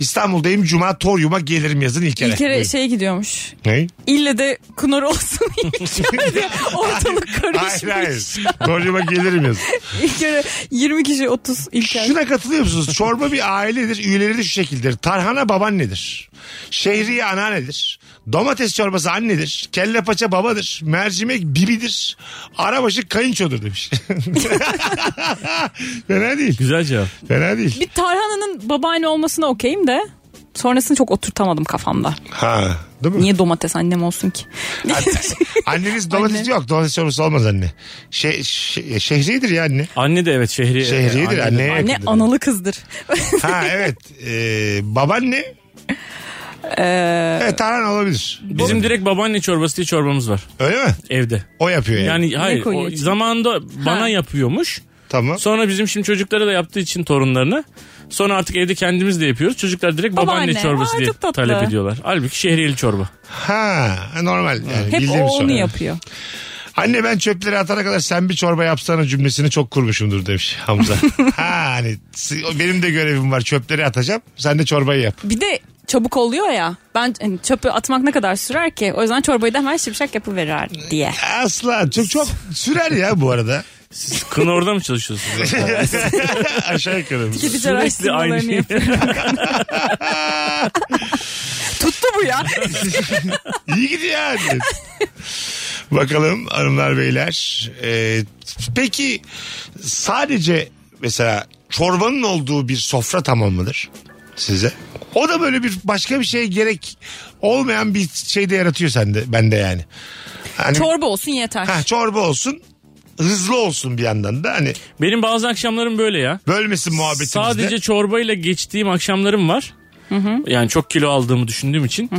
Speaker 3: İstanbul'dayım Cuma Torium'a gelirim yazın ilk kere.
Speaker 5: Bir kere şey- şeye gidiyormuş.
Speaker 3: Ne?
Speaker 5: İlle de kumar olsun diye ortalık
Speaker 3: Hayır
Speaker 5: karışmış.
Speaker 3: hayır. Torium'a gelirim yazın.
Speaker 5: İlk kere 20 kişi 30 İlker.
Speaker 3: Şuna katılıyor musunuz? Çorba bir ailedir. Üyeleri de şu şekildedir. Tarhana babaannedir. Şehriye anneannedir. Domates çorbası annedir. Kelle paça babadır. Mercimek bibidir. Arabaşı kayınçodur demiş. Fena değil.
Speaker 4: Güzel cevap.
Speaker 3: Fena değil.
Speaker 5: Bir Tarhana'nın babaanne olmasına okeyim de sonrasını çok oturtamadım kafamda.
Speaker 3: Ha, değil mi?
Speaker 5: Niye domates annem olsun ki?
Speaker 3: Anneniz domates
Speaker 5: Anne.
Speaker 3: yok. Domates çorbası olmaz anne. Şey, şey- şehriyedir ya anne.
Speaker 4: Anne de evet şehriye.
Speaker 3: Şehriyedir
Speaker 4: Ee, Anne-
Speaker 3: anneye
Speaker 5: anne
Speaker 3: yakındır.
Speaker 5: analı kızdır.
Speaker 3: Ha evet. Ee, babaanne.
Speaker 5: Ee,
Speaker 3: evet tarhana olabilir.
Speaker 4: Bizim direkt babaanne çorbası diye çorbamız var
Speaker 3: Öyle mi?
Speaker 4: evde.
Speaker 3: O yapıyor yani.
Speaker 4: Yani hayır
Speaker 5: koyuyor
Speaker 4: o
Speaker 5: içine?
Speaker 4: zamanında bana
Speaker 5: Ha.
Speaker 4: yapıyormuş.
Speaker 3: Tamam.
Speaker 4: Sonra bizim şimdi çocuklara da yaptığı için torunlarını. Sonra artık evde kendimiz de yapıyoruz. Çocuklar direkt babaanne,
Speaker 5: Babaanne.
Speaker 4: çorbası
Speaker 5: Aa,
Speaker 4: diye
Speaker 5: çok tatlı.
Speaker 4: talep ediyorlar. Halbuki şehriyeli çorba.
Speaker 3: Ha normal yani
Speaker 5: Hep o
Speaker 3: bildiğim
Speaker 5: onu
Speaker 3: sonra.
Speaker 5: yapıyor.
Speaker 3: Anne ben çöpleri atana kadar sen bir çorba yapsana cümlesini çok kurmuşumdur demiş Hamza. ha hani si- benim de görevim var çöpleri atacağım sen de çorbayı yap.
Speaker 5: Bir de çabuk oluyor ya. Ben hani çöpü atmak ne kadar sürer ki? O yüzden çorbayı da hemen şimşek yapıverir diye.
Speaker 3: Asla çok çok sürer ya bu arada.
Speaker 4: Siz kın orada mı çalışıyorsunuz?
Speaker 3: Aşağı yukarı.
Speaker 5: Tüketici araştırmalarını
Speaker 4: aynı.
Speaker 5: yapıyor. Tuttu bu ya.
Speaker 3: İyi gidiyor yani. Bakalım hanımlar beyler. Ee, peki sadece mesela çorbanın olduğu bir sofra tamam mıdır size? O da böyle bir başka bir şeye gerek olmayan bir şey de yaratıyor sende bende yani. Hani
Speaker 5: Çorba olsun yeter.
Speaker 3: ha, çorba olsun hızlı olsun bir yandan da hani
Speaker 4: Benim bazı akşamlarım böyle ya.
Speaker 3: bölmesin muhabbetimizde.
Speaker 4: Sadece çorbayla geçtiğim akşamlarım var. Yani çok kilo aldığımı düşündüğüm için.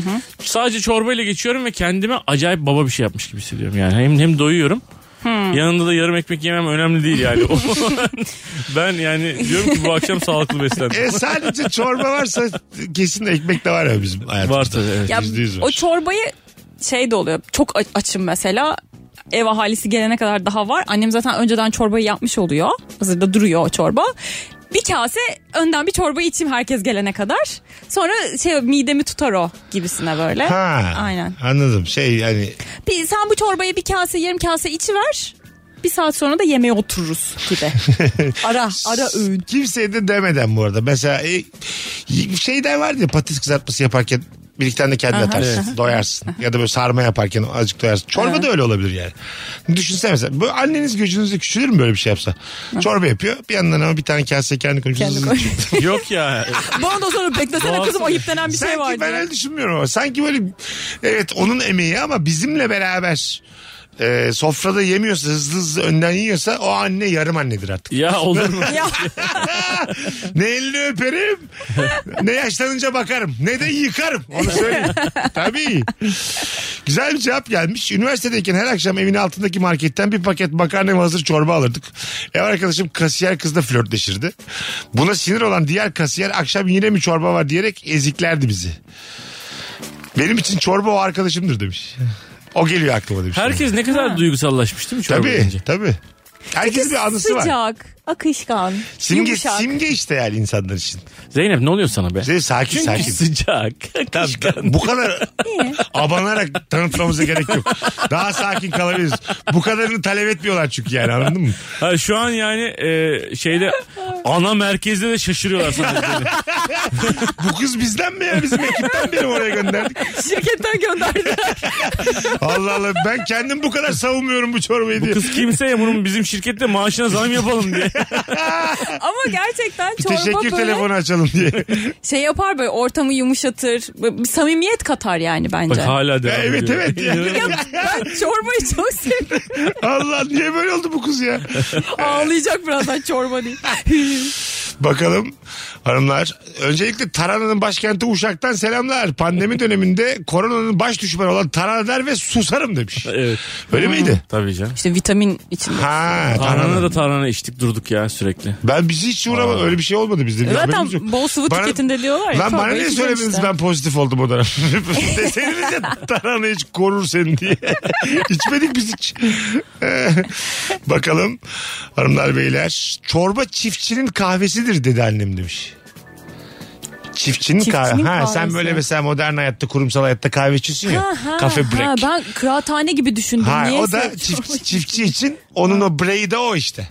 Speaker 4: Sadece çorbayla geçiyorum ve kendime acayip baba bir şey yapmış gibi hissediyorum. Yani hem hem doyuyorum. Yanında da yarım ekmek yemem önemli değil yani. ben yani diyorum ki bu akşam sağlıklı beslendim.
Speaker 3: E, sadece çorba varsa kesin de ekmek de var ya bizim hayatımızda.
Speaker 4: Var tabii, evet.
Speaker 5: Ya
Speaker 3: Yüzde yüz var.
Speaker 5: o çorbayı şey de oluyor. Çok a- açım mesela. Ev ahalisi gelene kadar daha var. Annem zaten önceden çorbayı yapmış oluyor. Hazırda duruyor o çorba. Bir kase önden bir çorba içeyim herkes gelene kadar. Sonra şey midemi tutar o gibisine böyle.
Speaker 3: Ha,
Speaker 5: Aynen.
Speaker 3: Anladım. Şey hani
Speaker 5: Bir, sen bu çorbayı bir kase yarım kase içiver. Bir saat sonra da yemeğe otururuz gibi. ara ara öğün.
Speaker 3: Kimseye de demeden bu arada. Mesela e, şeyden vardı ya patates kızartması yaparken bir iki tane de kendin atarsın. Doyarsın. ya da böyle sarma yaparken azıcık doyarsın. Çorba da öyle olabilir yani. Düşünsene mesela. Böyle anneniz gücünüzü küçülür mü böyle bir şey yapsa? Çorba yapıyor. Bir yandan ama bir tane kase kendi koyuyor.
Speaker 5: Kendi koy.
Speaker 4: Yok ya.
Speaker 5: Bu arada sonra beklesene kızım ayıp denen bir şey
Speaker 3: Sanki
Speaker 5: var
Speaker 3: ben
Speaker 5: diye.
Speaker 3: öyle düşünmüyorum ama. Sanki böyle evet onun emeği ama bizimle beraber e, sofrada yemiyorsa hızlı hızlı önden yiyorsa o anne yarım annedir artık.
Speaker 4: Ya olur mu?
Speaker 5: Ya,
Speaker 3: ne elini öperim ne yaşlanınca bakarım ne de yıkarım onu söyleyeyim. Tabii. Güzel bir cevap gelmiş. Üniversitedeyken her akşam evin altındaki marketten bir paket makarna ve hazır çorba alırdık. Ev arkadaşım kasiyer kızla flörtleşirdi. Buna sinir olan diğer kasiyer akşam yine mi çorba var diyerek eziklerdi bizi. Benim için çorba o arkadaşımdır demiş. O geliyor aklıma demiş.
Speaker 4: Herkes ne kadar duygusallaşmış değil mi çorba
Speaker 3: Tabii
Speaker 4: deyince?
Speaker 3: tabii. Herkesin bir anısı var.
Speaker 5: Sıcak, akışkan,
Speaker 3: Simge,
Speaker 5: yumuşak.
Speaker 3: simge işte yani insanlar için.
Speaker 4: Zeynep ne oluyor sana be?
Speaker 3: Zeynep sakin
Speaker 4: Çünkü
Speaker 3: sakin.
Speaker 4: sıcak.
Speaker 3: Tamam, bu kadar abanarak tanıtmamıza gerek yok. Daha sakin kalabiliriz. Bu kadarını talep etmiyorlar çünkü yani anladın mı?
Speaker 4: Ha, şu an yani e, şeyde ana merkezde de şaşırıyorlar sana.
Speaker 3: Bu kız bizden mi ya? Bizim ekipten biri mi oraya gönderdik.
Speaker 5: Şirketten gönderdiler.
Speaker 3: Allah Allah ben kendim bu kadar savunmuyorum bu çorbayı diye.
Speaker 4: Kız kimseye bunun bizim şirkette maaşına zam yapalım diye.
Speaker 5: Ama gerçekten
Speaker 3: Bir
Speaker 5: çorba
Speaker 3: teşekkür
Speaker 5: böyle
Speaker 3: telefonu açalım diye.
Speaker 5: şey yapar böyle ortamı yumuşatır. Böyle Bir samimiyet katar yani
Speaker 4: Bak
Speaker 5: bence.
Speaker 4: hala devam
Speaker 3: Evet,
Speaker 4: ediyor.
Speaker 3: evet.
Speaker 5: Ya ben çorbayı çok seviyorum.
Speaker 3: Allah niye böyle oldu bu kız ya?
Speaker 5: Ağlayacak birazdan çorba diye.
Speaker 3: Bakalım hanımlar. Öncelikle Tarana'nın başkenti Uşak'tan selamlar. Pandemi döneminde koronanın baş düşmanı olan Tarana der ve susarım demiş.
Speaker 4: Evet.
Speaker 3: Öyle miydi?
Speaker 4: Tabii canım.
Speaker 5: İşte vitamin içinde.
Speaker 3: Ha,
Speaker 4: Tarhana da tarhana içtik durduk ya sürekli.
Speaker 3: Ben bizi hiç uğramadım. Öyle bir şey olmadı bizde. Bizim haberimiz yok.
Speaker 5: Zaten bol sıvı
Speaker 3: Bana-
Speaker 5: tüketimde diyorlar ya.
Speaker 3: Lan
Speaker 5: çok
Speaker 3: bana niye
Speaker 5: belki
Speaker 3: söylemediniz
Speaker 5: işte.
Speaker 3: ben pozitif oldum o dönem. Deseniz ya tarhana hiç korur seni diye. İçmedik biz hiç. Bakalım hanımlar beyler. Çorba çiftçinin kahvesidir dedi annem demiş. Çiftçinin, kahvesi.
Speaker 5: Çiftçinin
Speaker 3: Ha, sen
Speaker 5: kahvesi.
Speaker 3: böyle mesela modern hayatta kurumsal hayatta kahve içiyorsun ya. Kafe break.
Speaker 5: Ha, ben kıraathane gibi düşündüm.
Speaker 3: Ha,
Speaker 5: Niyeyse.
Speaker 3: o da çift, çiftçi için onun o break'i de o işte.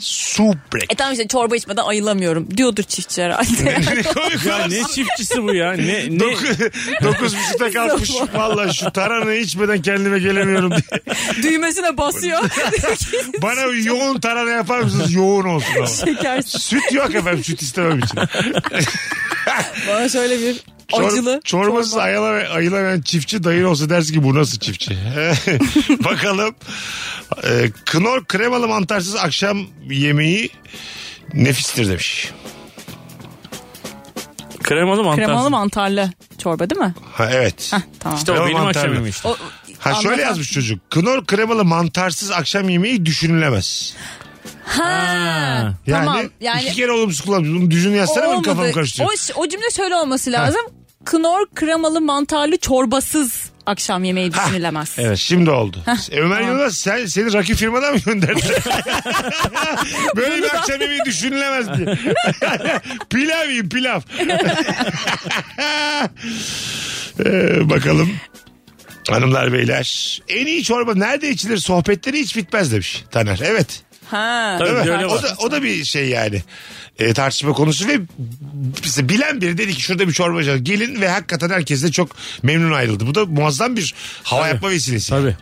Speaker 3: Su break.
Speaker 5: Hmm. E tamam işte çorba içmeden ayılamıyorum diyordur çiftçi herhalde.
Speaker 3: Ne komik
Speaker 4: Ya
Speaker 3: olan
Speaker 4: ne çiftçisi bu ya? Ne, ne?
Speaker 3: Dokuz, dokuz buçukta kalkmış. Valla şu tarhanayı içmeden kendime gelemiyorum diye.
Speaker 5: Düğmesine basıyor.
Speaker 3: Bana yoğun tarhana yapar mısınız? Yoğun olsun ama.
Speaker 5: Şekersin.
Speaker 3: Süt yok efendim süt istemem için.
Speaker 5: Bana şöyle bir
Speaker 3: Çor-
Speaker 5: acılı.
Speaker 3: çorbasız
Speaker 5: çorba.
Speaker 3: ayılamayan, ayılamayan çiftçi dayın olsa dersin ki bu nasıl çiftçi? Bakalım. Ee, knor kremalı mantarsız akşam yemeği nefistir demiş.
Speaker 4: Kremalı mantar.
Speaker 5: Kremalı mantarlı çorba değil mi?
Speaker 3: Ha, evet.
Speaker 5: Heh, tamam.
Speaker 4: İşte o
Speaker 3: Kremalı
Speaker 4: benim
Speaker 3: mantarlı.
Speaker 4: akşam yemeğim işte.
Speaker 5: O-
Speaker 3: Ha şöyle
Speaker 5: anlatan-
Speaker 3: yazmış çocuk. Knor kremalı mantarsız akşam yemeği düşünülemez.
Speaker 5: Ha.
Speaker 3: Yani,
Speaker 5: tamam. Yani
Speaker 3: iki kere olumsuz kullanmış. Bunu düzgün yazsana benim kafam karıştırıyor.
Speaker 5: O, ş- o cümle şöyle olması lazım. Knor kremalı mantarlı çorbasız akşam yemeği düşünülemez.
Speaker 3: Evet şimdi oldu. Ömer Yılmaz sen, seni rakip firmadan mı gönderdi? Böyle bir akşam yemeği düşünülemez diye. pilav yiyin pilav. Ee, bakalım. Hanımlar beyler en iyi çorba nerede içilir sohbetleri hiç bitmez demiş Taner. Evet.
Speaker 5: Ha.
Speaker 4: Tabii
Speaker 3: Değil mi?
Speaker 4: öyle
Speaker 3: O
Speaker 4: var.
Speaker 3: da, o da bir şey yani. Ee, tartışma konusu ve bize bilen biri dedi ki şurada bir çorba içelim. Gelin ve hakikaten herkes de çok memnun ayrıldı. Bu da muazzam bir hava yapma vesilesi.
Speaker 4: Tabii.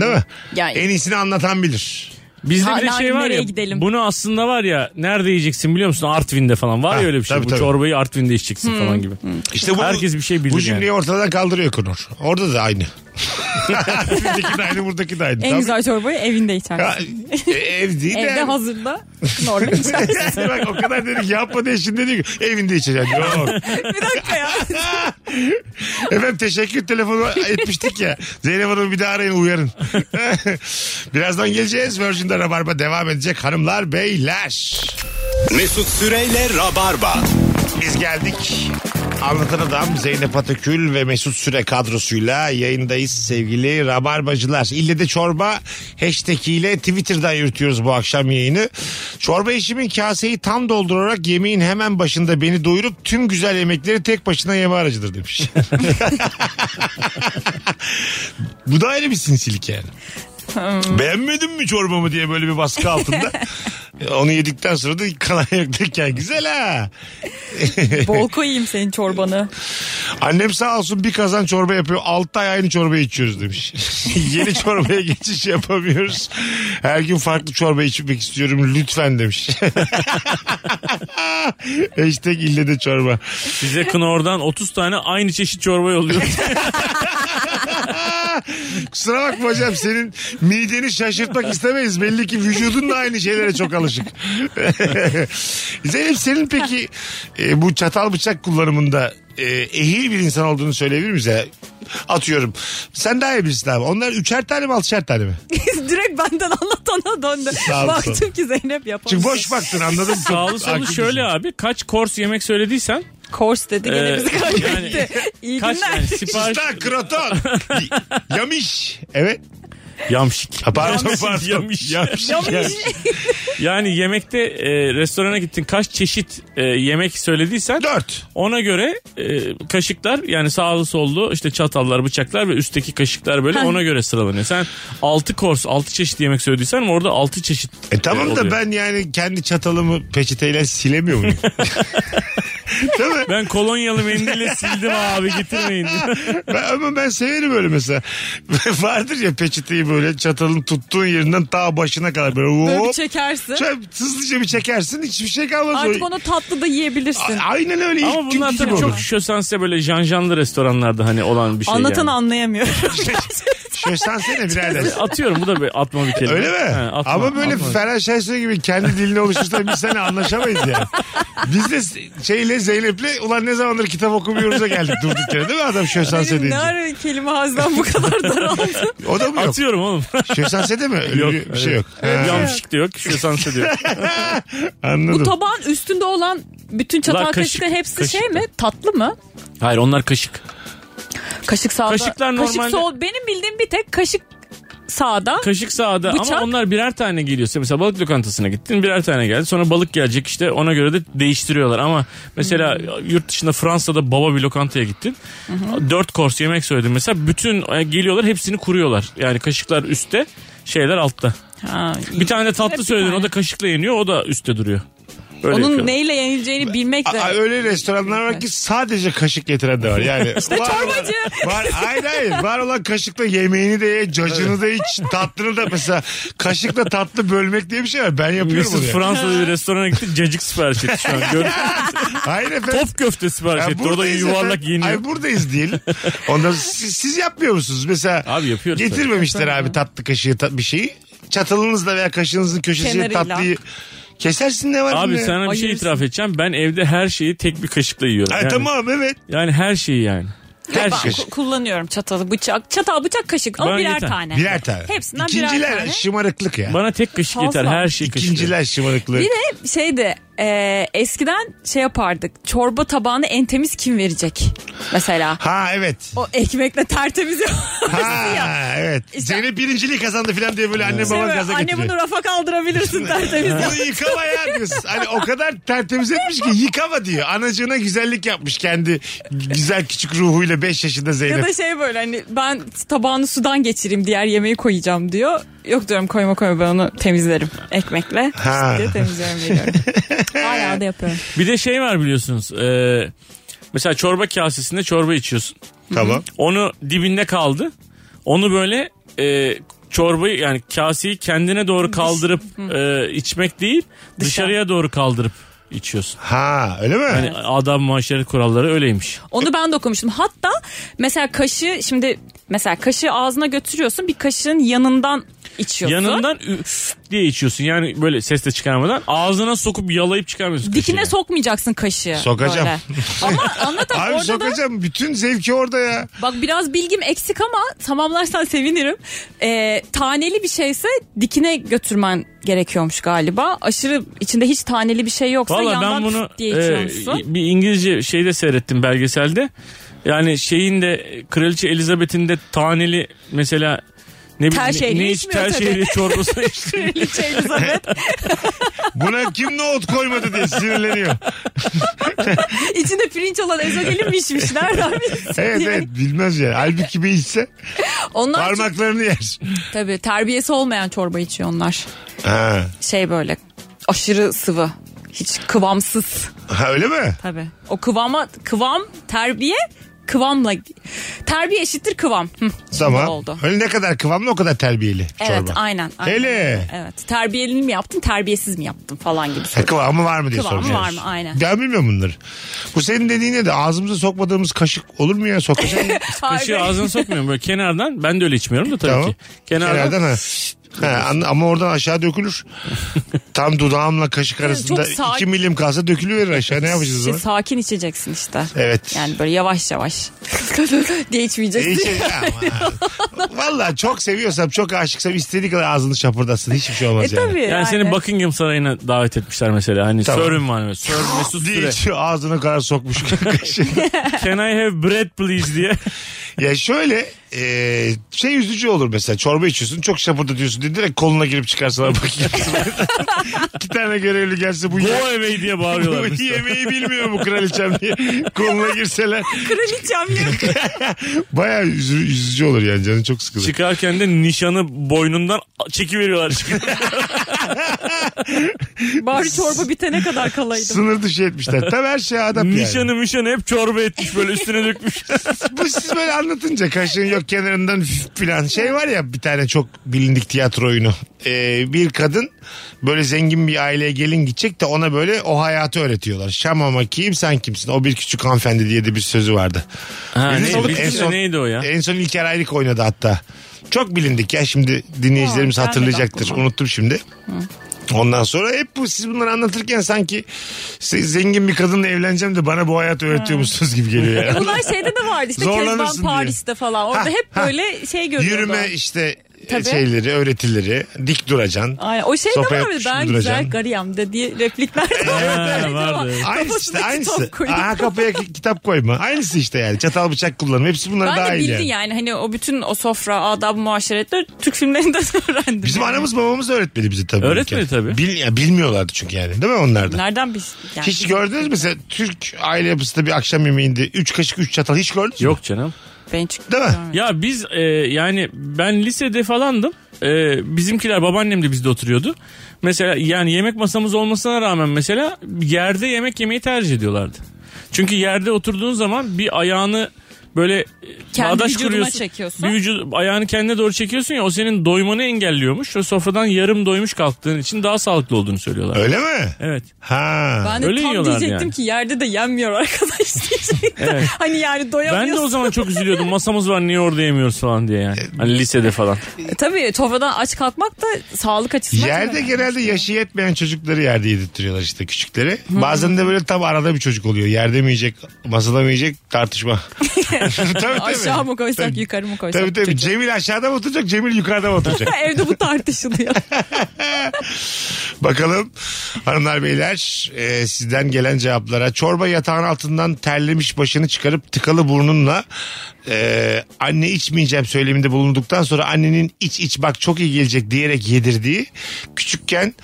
Speaker 3: Değil mi?
Speaker 5: Yani-
Speaker 3: En iyisini anlatan bilir.
Speaker 4: Bizde bir de
Speaker 5: Hala
Speaker 4: şey var
Speaker 5: nereye
Speaker 4: ya.
Speaker 5: gidelim?
Speaker 4: Bunu aslında var ya nerede yiyeceksin biliyor musun? Artvin'de falan. Var
Speaker 3: Ha,
Speaker 4: ya öyle bir şey.
Speaker 3: Ah, tabii,
Speaker 4: bu
Speaker 3: tabii.
Speaker 4: çorbayı Artvin'de
Speaker 5: Hmm,
Speaker 4: içeceksin falan gibi.
Speaker 3: İşte bu,
Speaker 4: Herkes bir şey bilir
Speaker 3: Bu cümleyi
Speaker 4: yani.
Speaker 3: ortadan kaldırıyor Kunur. Orada da aynı. Bizdeki de aynı buradaki de aynı.
Speaker 5: En
Speaker 3: Tabii.
Speaker 5: güzel çorbayı evinde
Speaker 3: Ya,
Speaker 5: içersin.
Speaker 3: e, ev değil de.
Speaker 5: Evde hazırda knorla içersin.
Speaker 3: Bak o kadar dedik yapma diye şimdi diyor ki evinde içeceksin. Yok.
Speaker 5: bir dakika ya.
Speaker 3: Efendim teşekkür telefonu etmiştik ya. Zeynep Hanım'ı bir daha arayın uyarın. Birazdan geleceğiz. Virgin'de Rabarba devam edecek hanımlar beyler.
Speaker 2: Mesut Süreyle Rabarba.
Speaker 3: Biz geldik. Anlatan Adam Zeynep Atakül ve Mesut Süre kadrosuyla yayındayız sevgili Rabarbacılar. İlle de çorba hashtag ile Twitter'dan yürütüyoruz bu akşam yayını. Çorba işimin kaseyi tam doldurarak yemeğin hemen başında beni doyurup tüm güzel yemekleri tek başına yeme aracıdır demiş. bu da ayrı bir sinsilik yani. Beğenmedin mi çorbamı diye böyle bir baskı altında. Onu yedikten sonra da kalan yok derken güzel ha.
Speaker 5: Bol koyayım senin çorbanı.
Speaker 3: Annem sağ olsun bir kazan çorba yapıyor. 6 ay aynı çorbayı içiyoruz demiş. Yeni çorbaya geçiş yapamıyoruz. Her gün farklı çorba içmek istiyorum lütfen demiş. Hashtag ille de çorba.
Speaker 4: Bize Knorr'dan 30 tane aynı çeşit çorba yolluyor.
Speaker 3: Kusura bakma hocam senin mideni şaşırtmak istemeyiz. Belli ki vücudun da aynı şeylere çok alışık. Zeynep senin peki e, bu çatal bıçak kullanımında e, ehil bir insan olduğunu söyleyebilir miyiz? ya? Atıyorum. Sen daha iyi bilirsin abi. Onlar üçer tane mi altışer tane mi?
Speaker 5: Direkt benden anlatana döndü.
Speaker 3: Sağ ol, sağ
Speaker 5: Baktım ki Zeynep yapamaz.
Speaker 3: Çünkü boş baktın anladın mı?
Speaker 4: Sağlı solu
Speaker 3: Haklısın.
Speaker 4: şöyle abi. Kaç kors yemek söylediysen.
Speaker 5: Kors dedi gene
Speaker 4: Ee,
Speaker 5: bizi kaybetti.
Speaker 4: yani-
Speaker 5: İyi
Speaker 4: Kaç
Speaker 5: günler.
Speaker 4: yani sipariş.
Speaker 3: Usta kroton. Y- Yamiş. Evet.
Speaker 4: Yamşik.
Speaker 3: Ha, pardon
Speaker 4: Yamiş,
Speaker 3: pardon.
Speaker 4: yamiş.
Speaker 3: Yamiş. Yamiş.
Speaker 4: Yani yemekte e, restorana gittin kaç çeşit e, yemek söylediysen.
Speaker 3: Dört.
Speaker 4: Ona göre e, kaşıklar yani sağlı sollu işte çatallar bıçaklar ve üstteki kaşıklar böyle ona göre sıralanıyor. Sen 6 kors 6 çeşit yemek söylediysen orada 6 çeşit
Speaker 3: E tamam da
Speaker 4: oluyor.
Speaker 3: ben yani kendi çatalımı peçeteyle silemiyor muyum? Değil mi?
Speaker 4: Ben kolonyalı mendille sildim abi getirmeyin.
Speaker 3: Ben, ama ben severim öyle mesela. Vardır ya peçeteyi böyle çatalın tuttuğun yerinden ta başına kadar böyle
Speaker 5: Böyle bir
Speaker 3: hop.
Speaker 5: çekersin.
Speaker 3: Şöyle hızlıca bir çekersin hiçbir şey kalmaz.
Speaker 5: Artık
Speaker 3: O-
Speaker 5: onu tatlı da yiyebilirsin.
Speaker 3: A- Aynen öyle.
Speaker 4: Ama
Speaker 3: İlk
Speaker 4: bunlar
Speaker 3: günkü gibi
Speaker 4: tabii çok
Speaker 3: olur.
Speaker 4: şösense böyle janjanlı restoranlarda hani olan bir şey
Speaker 5: Anlatan
Speaker 4: yani.
Speaker 5: anlayamıyor.
Speaker 3: Şöşlansene birader.
Speaker 4: Atıyorum bu da bir atma bir kelime.
Speaker 3: Öyle mi?
Speaker 4: He, atma,
Speaker 3: Ama böyle
Speaker 4: atma.
Speaker 3: Ferhan Şensoy gibi kendi dilini oluştursa biz seninle anlaşamayız ya. Biz de şeyle Zeynep'le ulan ne zamandır kitap okumuyoruz'a geldik durduk yere değil mi adam Şöşlanse
Speaker 5: Benim ne
Speaker 3: deyince.
Speaker 5: ara kelime ağzından bu kadar daraldı.
Speaker 3: O da mı yok?
Speaker 4: Atıyorum oğlum.
Speaker 3: Şöşlanse de mi? Öyle
Speaker 4: Yok,
Speaker 3: bir- bir şey
Speaker 4: evet.
Speaker 3: yok. Ha,
Speaker 4: Yanlışlık da yok. Şu sansı diyor.
Speaker 5: bu
Speaker 3: Anladım.
Speaker 5: tabağın üstünde olan bütün çatal
Speaker 4: Bunlar kaşık,
Speaker 5: kaşıklar hepsi şey
Speaker 4: kaşık.
Speaker 5: mi? Tatlı mı?
Speaker 4: Hayır onlar kaşık.
Speaker 5: Kaşık sağda.
Speaker 4: Kaşıklar normalde-
Speaker 5: Kaşık sol. Benim bildiğim bir tek kaşık sağda.
Speaker 4: Kaşık sağda ama
Speaker 5: Bıçak.
Speaker 4: onlar birer tane geliyor. Sen Mesela balık lokantasına gittin birer tane geldi. Sonra balık gelecek işte ona göre de değiştiriyorlar. Ama mesela
Speaker 5: Hmm.
Speaker 4: yurt dışında Fransa'da baba bir lokantaya gittin. Dört kors yemek söyledin mesela. Bütün e, geliyorlar hepsini kuruyorlar. Yani kaşıklar üstte şeyler altta.
Speaker 5: Ha, iyi.
Speaker 4: Bir tane de
Speaker 5: Hmm. Hep
Speaker 4: tatlı
Speaker 5: bir
Speaker 4: söyledin
Speaker 5: tane.
Speaker 4: o da kaşıkla yeniyor o da üstte duruyor. Öyle
Speaker 5: Onun
Speaker 4: yapıyorlar.
Speaker 5: neyle yenileceğini bilmek de.
Speaker 3: Aa, öyle restoranlar var ki sadece kaşık getiren de var. Yani işte
Speaker 5: çorbacı.
Speaker 3: Var, hayır hayır. Var olan kaşıkla yemeğini de ye, cacını da iç, tatlını da mesela kaşıkla tatlı bölmek diye bir şey var. Ben yapıyorum
Speaker 4: Mesut
Speaker 3: bunu. ya.
Speaker 4: Fransa'da bir restorana gitti cacık sipariş etti şu an. Gör-
Speaker 3: Hayır efendim.
Speaker 4: Top köfte sipariş
Speaker 3: Ya
Speaker 4: etti. Orada
Speaker 3: buradayız
Speaker 4: yuvarlak
Speaker 3: efendim.
Speaker 4: yeniyor.
Speaker 3: Ay buradayız diyelim. Ondan siz, siz yapmıyor musunuz? Mesela
Speaker 4: Abi yapıyoruz
Speaker 3: getirmemişler abi tatlı kaşığı tat, bir şeyi. Çatalınızla veya kaşığınızın köşesine
Speaker 5: Kenarıyla.
Speaker 3: tatlıyı kesersin ne var
Speaker 4: Abi
Speaker 3: bunda ya?
Speaker 4: sana bir şey
Speaker 5: Ayırsın.
Speaker 4: itiraf edeceğim. Ben evde her şeyi tek bir kaşıkla yiyorum.
Speaker 3: Ay,
Speaker 4: yani,
Speaker 3: Tamam evet.
Speaker 4: yani her şeyi yani. Her
Speaker 5: Ben
Speaker 4: şey.
Speaker 5: ku- kullanıyorum çatalı, bıçak. Çatal, bıçak, kaşık ama
Speaker 4: Bana
Speaker 5: birer
Speaker 4: yeter.
Speaker 5: tane.
Speaker 3: Birer tane.
Speaker 5: Hepsinden
Speaker 3: İkinciler
Speaker 5: birer tane.
Speaker 3: şımarıklık ya.
Speaker 4: Bana tek kaşık
Speaker 5: Fazla.
Speaker 4: yeter. Her şey kaşık.
Speaker 3: İkinciler şımarıklık.
Speaker 5: Bir de şeydi e, eskiden şey yapardık. Çorba tabağını en temiz kim verecek? Mesela
Speaker 3: Ha evet.
Speaker 5: o ekmekle tertemiz yok.
Speaker 3: Ha evet.
Speaker 5: İşte-
Speaker 3: Zeynep birinciliği kazandı falan diye böyle anne
Speaker 5: Şey
Speaker 3: baba
Speaker 5: böyle,
Speaker 3: gaza
Speaker 5: anne
Speaker 3: getiriyor.
Speaker 5: bunu rafa kaldırabilirsin tertemiz. yap.
Speaker 3: Bunu yıkama ya diyorsun. Hani o kadar tertemiz etmiş ki yıkama diyor. Anacığına güzellik yapmış kendi güzel küçük ruhuyla 5 yaşında
Speaker 5: ya
Speaker 3: Zeynep.
Speaker 5: da şey böyle hani ben tabağını sudan geçireyim diğer yemeği koyacağım diyor. Yok diyorum koyma koyma ben onu temizlerim ekmekle.
Speaker 3: Ha.
Speaker 5: İşte diye temizliyorum veriyorum. Hala da yapıyorum.
Speaker 4: Bir de şey var biliyorsunuz. Ee, mesela çorba kasesinde çorba içiyorsun.
Speaker 3: Tamam.
Speaker 4: Onu dibinde kaldı. Onu böyle e, çorbayı yani kaseyi kendine doğru kaldırıp e, içmek değil dışarıya doğru kaldırıp içiyorsun.
Speaker 3: Ha öyle mi?
Speaker 4: Yani adam maaşları kuralları öyleymiş.
Speaker 5: Onu ben de okumuştum. Hatta mesela kaşığı şimdi mesela kaşığı ağzına götürüyorsun bir kaşığın yanından içiyorsun.
Speaker 4: Yanından üf diye içiyorsun. Yani böyle ses de çıkarmadan ağzına sokup yalayıp çıkarmıyorsun.
Speaker 5: Dikine
Speaker 4: kaşığı.
Speaker 5: sokmayacaksın kaşığı.
Speaker 3: Sokacağım.
Speaker 5: Böyle. Ama anlatam
Speaker 3: Abi
Speaker 5: orada da
Speaker 3: sokacağım. Bütün zevki orada ya.
Speaker 5: bak biraz bilgim eksik ama tamamlarsan sevinirim. Ee, taneli bir şeyse dikine götürmen gerekiyormuş galiba. Aşırı içinde hiç taneli bir şey yoksa
Speaker 4: Valla ben
Speaker 5: yandan
Speaker 4: bunu
Speaker 5: diye
Speaker 4: e,
Speaker 5: içiyormuşsun.
Speaker 4: bir İngilizce şeyde seyrettim belgeselde. Yani şeyin de e, Kraliçe Elizabeth'in de taneli mesela ne bileyim
Speaker 5: Tel şehriye
Speaker 4: ne, ne iç
Speaker 5: içmiyor
Speaker 4: tel
Speaker 5: tabii.
Speaker 4: şehriye çorbası içti.
Speaker 5: Kraliçe Elizabeth
Speaker 3: Buna kim nohut koymadı diye sinirleniyor.
Speaker 5: içinde pirinç olan ezogelin mi içmiş nereden bilsin
Speaker 3: Evet
Speaker 5: diye.
Speaker 3: evet bilmez yani. Halbuki bir içse
Speaker 5: Onlar çok-
Speaker 3: parmaklarını yer.
Speaker 5: Tabii terbiyesi olmayan çorba içiyor onlar.
Speaker 3: Ha.
Speaker 5: Şey böyle aşırı sıvı. Hiç kıvamsız
Speaker 3: ha öyle mi?
Speaker 5: tabii. O kıvama kıvam terbiye kıvamla terbiye eşittir kıvam. Hı, şimdi
Speaker 3: Tamam.
Speaker 5: Oldu.
Speaker 3: Öyle ne kadar kıvamlı o kadar terbiyeli
Speaker 5: Evet
Speaker 3: çorba.
Speaker 5: aynen. aynen.
Speaker 3: Hele.
Speaker 5: Evet. Terbiyeli mi yaptın terbiyesiz mi yaptın falan gibi.
Speaker 3: Ha, kıvamı var mı diye
Speaker 5: Kıvamı
Speaker 3: soracağız.
Speaker 5: var mı? Aynen.
Speaker 3: Ben bilmiyorum bunları. Bu senin dediğine de ağzımıza sokmadığımız kaşık olur mu ya? Sokacak mı?
Speaker 4: Kaşığı ağzına sokmuyorum böyle kenardan. Ben de öyle içmiyorum da tabii
Speaker 3: Tamam.
Speaker 4: ki. Kenardan.
Speaker 3: Kenardan ha. Ha, an- ama oradan aşağı dökülür. Tam dudağımla kaşık arasında
Speaker 5: çok sağ-
Speaker 3: 2 milim kalsa dökülüverir aşağı. Ne yapacağız o
Speaker 5: Şey,
Speaker 3: zaman?
Speaker 5: sakin içeceksin işte.
Speaker 3: Evet.
Speaker 5: Yani böyle yavaş yavaş diye
Speaker 3: E,
Speaker 5: içmeyeceksin.
Speaker 3: şey- Ama- Vallahi çok seviyorsam çok aşıksam istediği kadar ağzını çapırdatsın. Hiçbir şey
Speaker 5: E
Speaker 3: olmaz yani.
Speaker 5: tabii.
Speaker 4: Yani seni
Speaker 5: aynen.
Speaker 4: Buckingham Sarayı'na davet etmişler mesela. Hani
Speaker 3: Tamam.
Speaker 4: Sör'ün var mı? Sör Mesut
Speaker 3: Diye
Speaker 4: Süre.
Speaker 3: içiyor, ağzına kadar sokmuş kaşığı.
Speaker 4: Can I have bread please diye.
Speaker 3: ya şöyle e, şey üzücü olur mesela çorba içiyorsun çok şapırdatıyorsun diye direkt koluna girip çıkarsalar bakayım. İki tane görevli gelse bu
Speaker 4: Go
Speaker 3: ye-
Speaker 4: away diye bağırıyorlar.
Speaker 3: bu
Speaker 4: mesela.
Speaker 3: yemeği bilmiyor bu kraliçem diye koluna girseler
Speaker 5: Kraliçem ya.
Speaker 3: Bayağı üzü- üzücü olur yani canı çok sıkılır.
Speaker 4: Çıkarken de nişanı boynundan çekiveriyorlar.
Speaker 5: Bari çorba bitene kadar kalaydım.
Speaker 3: Sınır dışı etmişler. Tabii her şeye adap yani.
Speaker 4: Nişanı mişanı hep çorba etmiş böyle üstüne dökmüş.
Speaker 3: Bu siz böyle anlatınca kaşığın yok kenarından üf filan şey var ya bir tane çok bilindik tiyatro oyunu. Ee, bir kadın böyle zengin bir aileye gelin gidecek de ona böyle o hayatı öğretiyorlar. Şamama kim sen kimsin o bir küçük hanımefendi diye de bir sözü vardı.
Speaker 4: Ha,
Speaker 3: Biz
Speaker 4: ne,
Speaker 3: oğlum
Speaker 4: bizim
Speaker 3: en
Speaker 4: de
Speaker 3: son-
Speaker 4: neydi o ya?
Speaker 3: En son İlker Aylık oynadı hatta. Çok bilindik ya şimdi dinleyicilerimiz
Speaker 5: Ha, ben de
Speaker 3: hatırlayacaktır.
Speaker 5: bakmadım.
Speaker 3: Unuttum şimdi. Ondan sonra hep bu siz bunları anlatırken sanki siz zengin bir kadınla evleneceğim de bana bu hayatı öğretiyor musunuz gibi geliyor. ya.
Speaker 5: Bunlar şeyde de vardı işte
Speaker 3: Zorlanırsın
Speaker 5: Kezban
Speaker 3: diye.
Speaker 5: Paris'te falan. Orada
Speaker 3: Ha,
Speaker 5: hep
Speaker 3: ha.
Speaker 5: böyle şey görüyordu.
Speaker 3: Yürüme işte e,
Speaker 5: Tabii.
Speaker 3: şeyleri, öğretileri, dik duracaksın.
Speaker 5: Aynen. O şey de
Speaker 3: Sopaya
Speaker 5: vardı.
Speaker 3: yapışıp
Speaker 5: Ben
Speaker 3: duracaksın.
Speaker 5: güzel gariyam da diye replikler de
Speaker 4: Ha, vardı.
Speaker 3: Aynısı işte
Speaker 5: Kafasına
Speaker 3: aynısı.
Speaker 5: kitap koyuyor.
Speaker 3: Aha kafaya ki- kitap koyma. Aynısı işte yani. Çatal bıçak kullanım. Hepsi bunlara
Speaker 5: Ben de
Speaker 3: dahil
Speaker 5: bildin
Speaker 3: yani.
Speaker 5: yani. hani o bütün o sofra, adab, muaşeretler Türk filmlerinden öğrendim.
Speaker 3: Bizim
Speaker 5: yani.
Speaker 3: anamız babamız da öğretmedi bizi tabii.
Speaker 4: Öğretmedi
Speaker 3: ülken.
Speaker 4: tabii.
Speaker 3: Bil, ya bilmiyorlardı çünkü yani. Değil mi onlar da?
Speaker 5: Nereden biz? Yani.
Speaker 3: Hiç gördünüz mü? Mesela Türk aile yapısında bir akşam yemeğinde 3 kaşık 3 çatal hiç gördünüz mü?
Speaker 4: Yok canım.
Speaker 5: Ben çıktım.
Speaker 3: Değil mi?
Speaker 4: Ya biz e, yani ben lisede falandım. E, bizimkiler babaannem de bizde oturuyordu. Mesela yani yemek masamız olmasına rağmen mesela yerde yemek yemeyi tercih ediyorlardı. Çünkü yerde oturduğun zaman bir ayağını böyle e,
Speaker 5: Kendi
Speaker 4: bağdaş
Speaker 5: vücuduna
Speaker 4: kuruyorsun.
Speaker 5: çekiyorsun.
Speaker 4: Bir vücud, ayağını kendine doğru çekiyorsun ya o senin doymanı engelliyormuş. O sofradan yarım doymuş kalktığın için daha sağlıklı olduğunu söylüyorlar.
Speaker 3: Öyle mi?
Speaker 4: Evet.
Speaker 3: Ha.
Speaker 5: Ben de
Speaker 4: Öyle
Speaker 5: tam
Speaker 4: yiyorlardı
Speaker 5: diyecektim
Speaker 4: yani.
Speaker 5: ki yerde de yenmiyor arkadaş diyecektim. Hani yani doyamıyorsun.
Speaker 4: Ben de o zaman çok üzülüyordum. Masamız var niye orada yemiyoruz falan diye yani.
Speaker 3: E,
Speaker 4: Hani lisede falan.
Speaker 5: E, Tabii sofradan aç kalkmak da sağlık açısından. çok
Speaker 3: Yerde
Speaker 5: önemli.
Speaker 3: genelde yaşı yetmeyen çocukları yerde yedirtiyorlar işte küçükleri. Bazen de böyle tam arada bir çocuk oluyor. Yerde mi yiyecek, masada mı yiyecek tartışma. tabii, tabii.
Speaker 5: Aşağı mı koysak
Speaker 3: Tabii.
Speaker 5: yukarı mı koysak?
Speaker 3: Tabii tabii.
Speaker 5: çocuğu?
Speaker 3: Cemil aşağıda mı oturacak, Cemil yukarıda mı oturacak?
Speaker 5: Evde bu tartışılıyor.
Speaker 3: Bakalım hanımlar beyler e, sizden gelen cevaplara. Çorba yatağın altından terlemiş başını çıkarıp tıkalı burnunla e, anne içmeyeceğim söyleminde bulunduktan sonra annenin iç iç bak çok iyi gelecek diyerek yedirdiği küçükken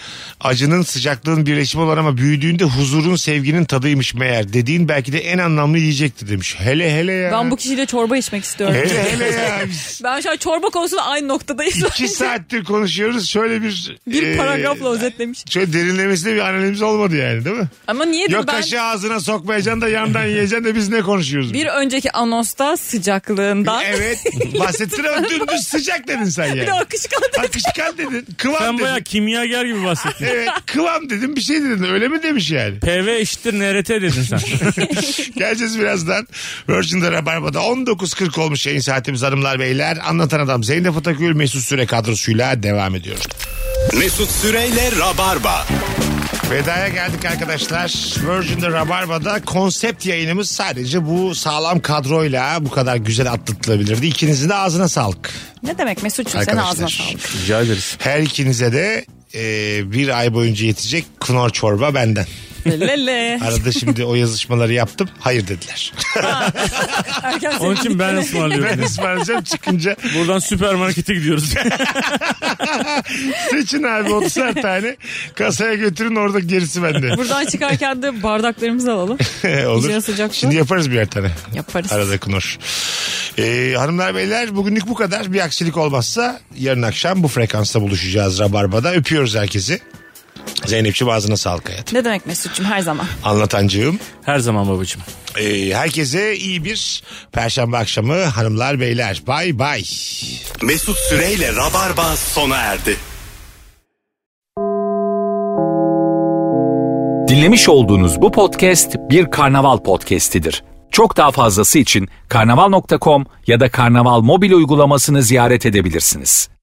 Speaker 3: acının sıcaklığın birleşimi olan ama büyüdüğünde huzurun sevginin tadıymış meğer dediğin belki de en anlamlı yiyecekti demiş. Hele hele ya.
Speaker 5: ben bu kişiyle çorba içmek istiyorum.
Speaker 3: Hele hele ya.
Speaker 5: ben şu an çorba konusunda aynı noktadayız.
Speaker 3: İki saattir konuşuyoruz. Şöyle bir...
Speaker 5: Bir
Speaker 3: e,
Speaker 5: paragrafla özetlemiş.
Speaker 3: Şöyle derinlemesine bir analiz olmadı yani değil mi?
Speaker 5: Ama niye
Speaker 3: Yok
Speaker 5: ben
Speaker 3: kaşığı ağzına sokmayacaksın da yandan yiyeceksin de biz ne konuşuyoruz?
Speaker 5: bir önceki anonsta sıcaklığından
Speaker 3: Evet bahsettin ama dümdüz sıcak dedin sen
Speaker 5: bir de
Speaker 3: yani.
Speaker 5: akışkan da-
Speaker 3: Akışkan dedin. Kıvam
Speaker 4: Sen
Speaker 3: dedin.
Speaker 4: bayağı kimyager gibi bahsettin.
Speaker 3: Evet kıvam dedim bir şey dedin öyle mi demiş yani.
Speaker 4: PV eşittir NRT dedin sen.
Speaker 3: Geleceğiz birazdan. Virgin'de Rabarba'da 19.40 olmuş yayın saatimiz hanımlar beyler. Anlatan adam Zeynep Atakül Mesut Süre kadrosuyla devam ediyor.
Speaker 2: Mesut Süreyle Rabarba.
Speaker 3: Vedaya geldik arkadaşlar. Virgin'de Rabarba'da konsept yayınımız sadece bu sağlam kadroyla bu kadar güzel atlatılabilirdi. İkinizin de ağzına sağlık.
Speaker 5: Ne demek Mesut'cum sen
Speaker 3: Arkadaşlar.
Speaker 5: ağzına sağlık.
Speaker 4: Rica ederiz.
Speaker 3: Her ikinize de e, bir ay boyunca yetecek knorr çorba benden.
Speaker 5: Lele.
Speaker 3: Arada şimdi o yazışmaları yaptım. Hayır dediler.
Speaker 5: Erken
Speaker 4: Onun için ben
Speaker 3: ben
Speaker 4: ısmarlıyorum.
Speaker 3: ısmarlayacağım çıkınca.
Speaker 4: Buradan süpermarkete gidiyoruz.
Speaker 3: Seçin abi 30'ar tane. Kasaya götürün orada gerisi bende. E,
Speaker 5: Buradan çıkarken de bardaklarımızı alalım.
Speaker 3: Olur.
Speaker 5: Güzel sıcak su.
Speaker 3: Şimdi yaparız birer tane.
Speaker 5: Yaparız.
Speaker 3: Arada knor. Ee, hanımlar beyler bugünlük bu kadar. Bir aksilik olmazsa yarın akşam bu frekansta buluşacağız Rabarba'da. Öpüyoruz herkesi. Zeynepçi ağzına sağlık hayat.
Speaker 5: Ne demek Mesut'cum her zaman.
Speaker 3: Anlatancığım.
Speaker 4: Her zaman babacığım.
Speaker 3: Ee, herkese iyi bir perşembe akşamı hanımlar beyler. Bay bay.
Speaker 2: Mesut Süreyle Rabarba sona erdi.
Speaker 1: Dinlemiş olduğunuz bu podcast bir karnaval podcastidir. Çok daha fazlası için karnaval.com ya da karnaval mobil uygulamasını ziyaret edebilirsiniz.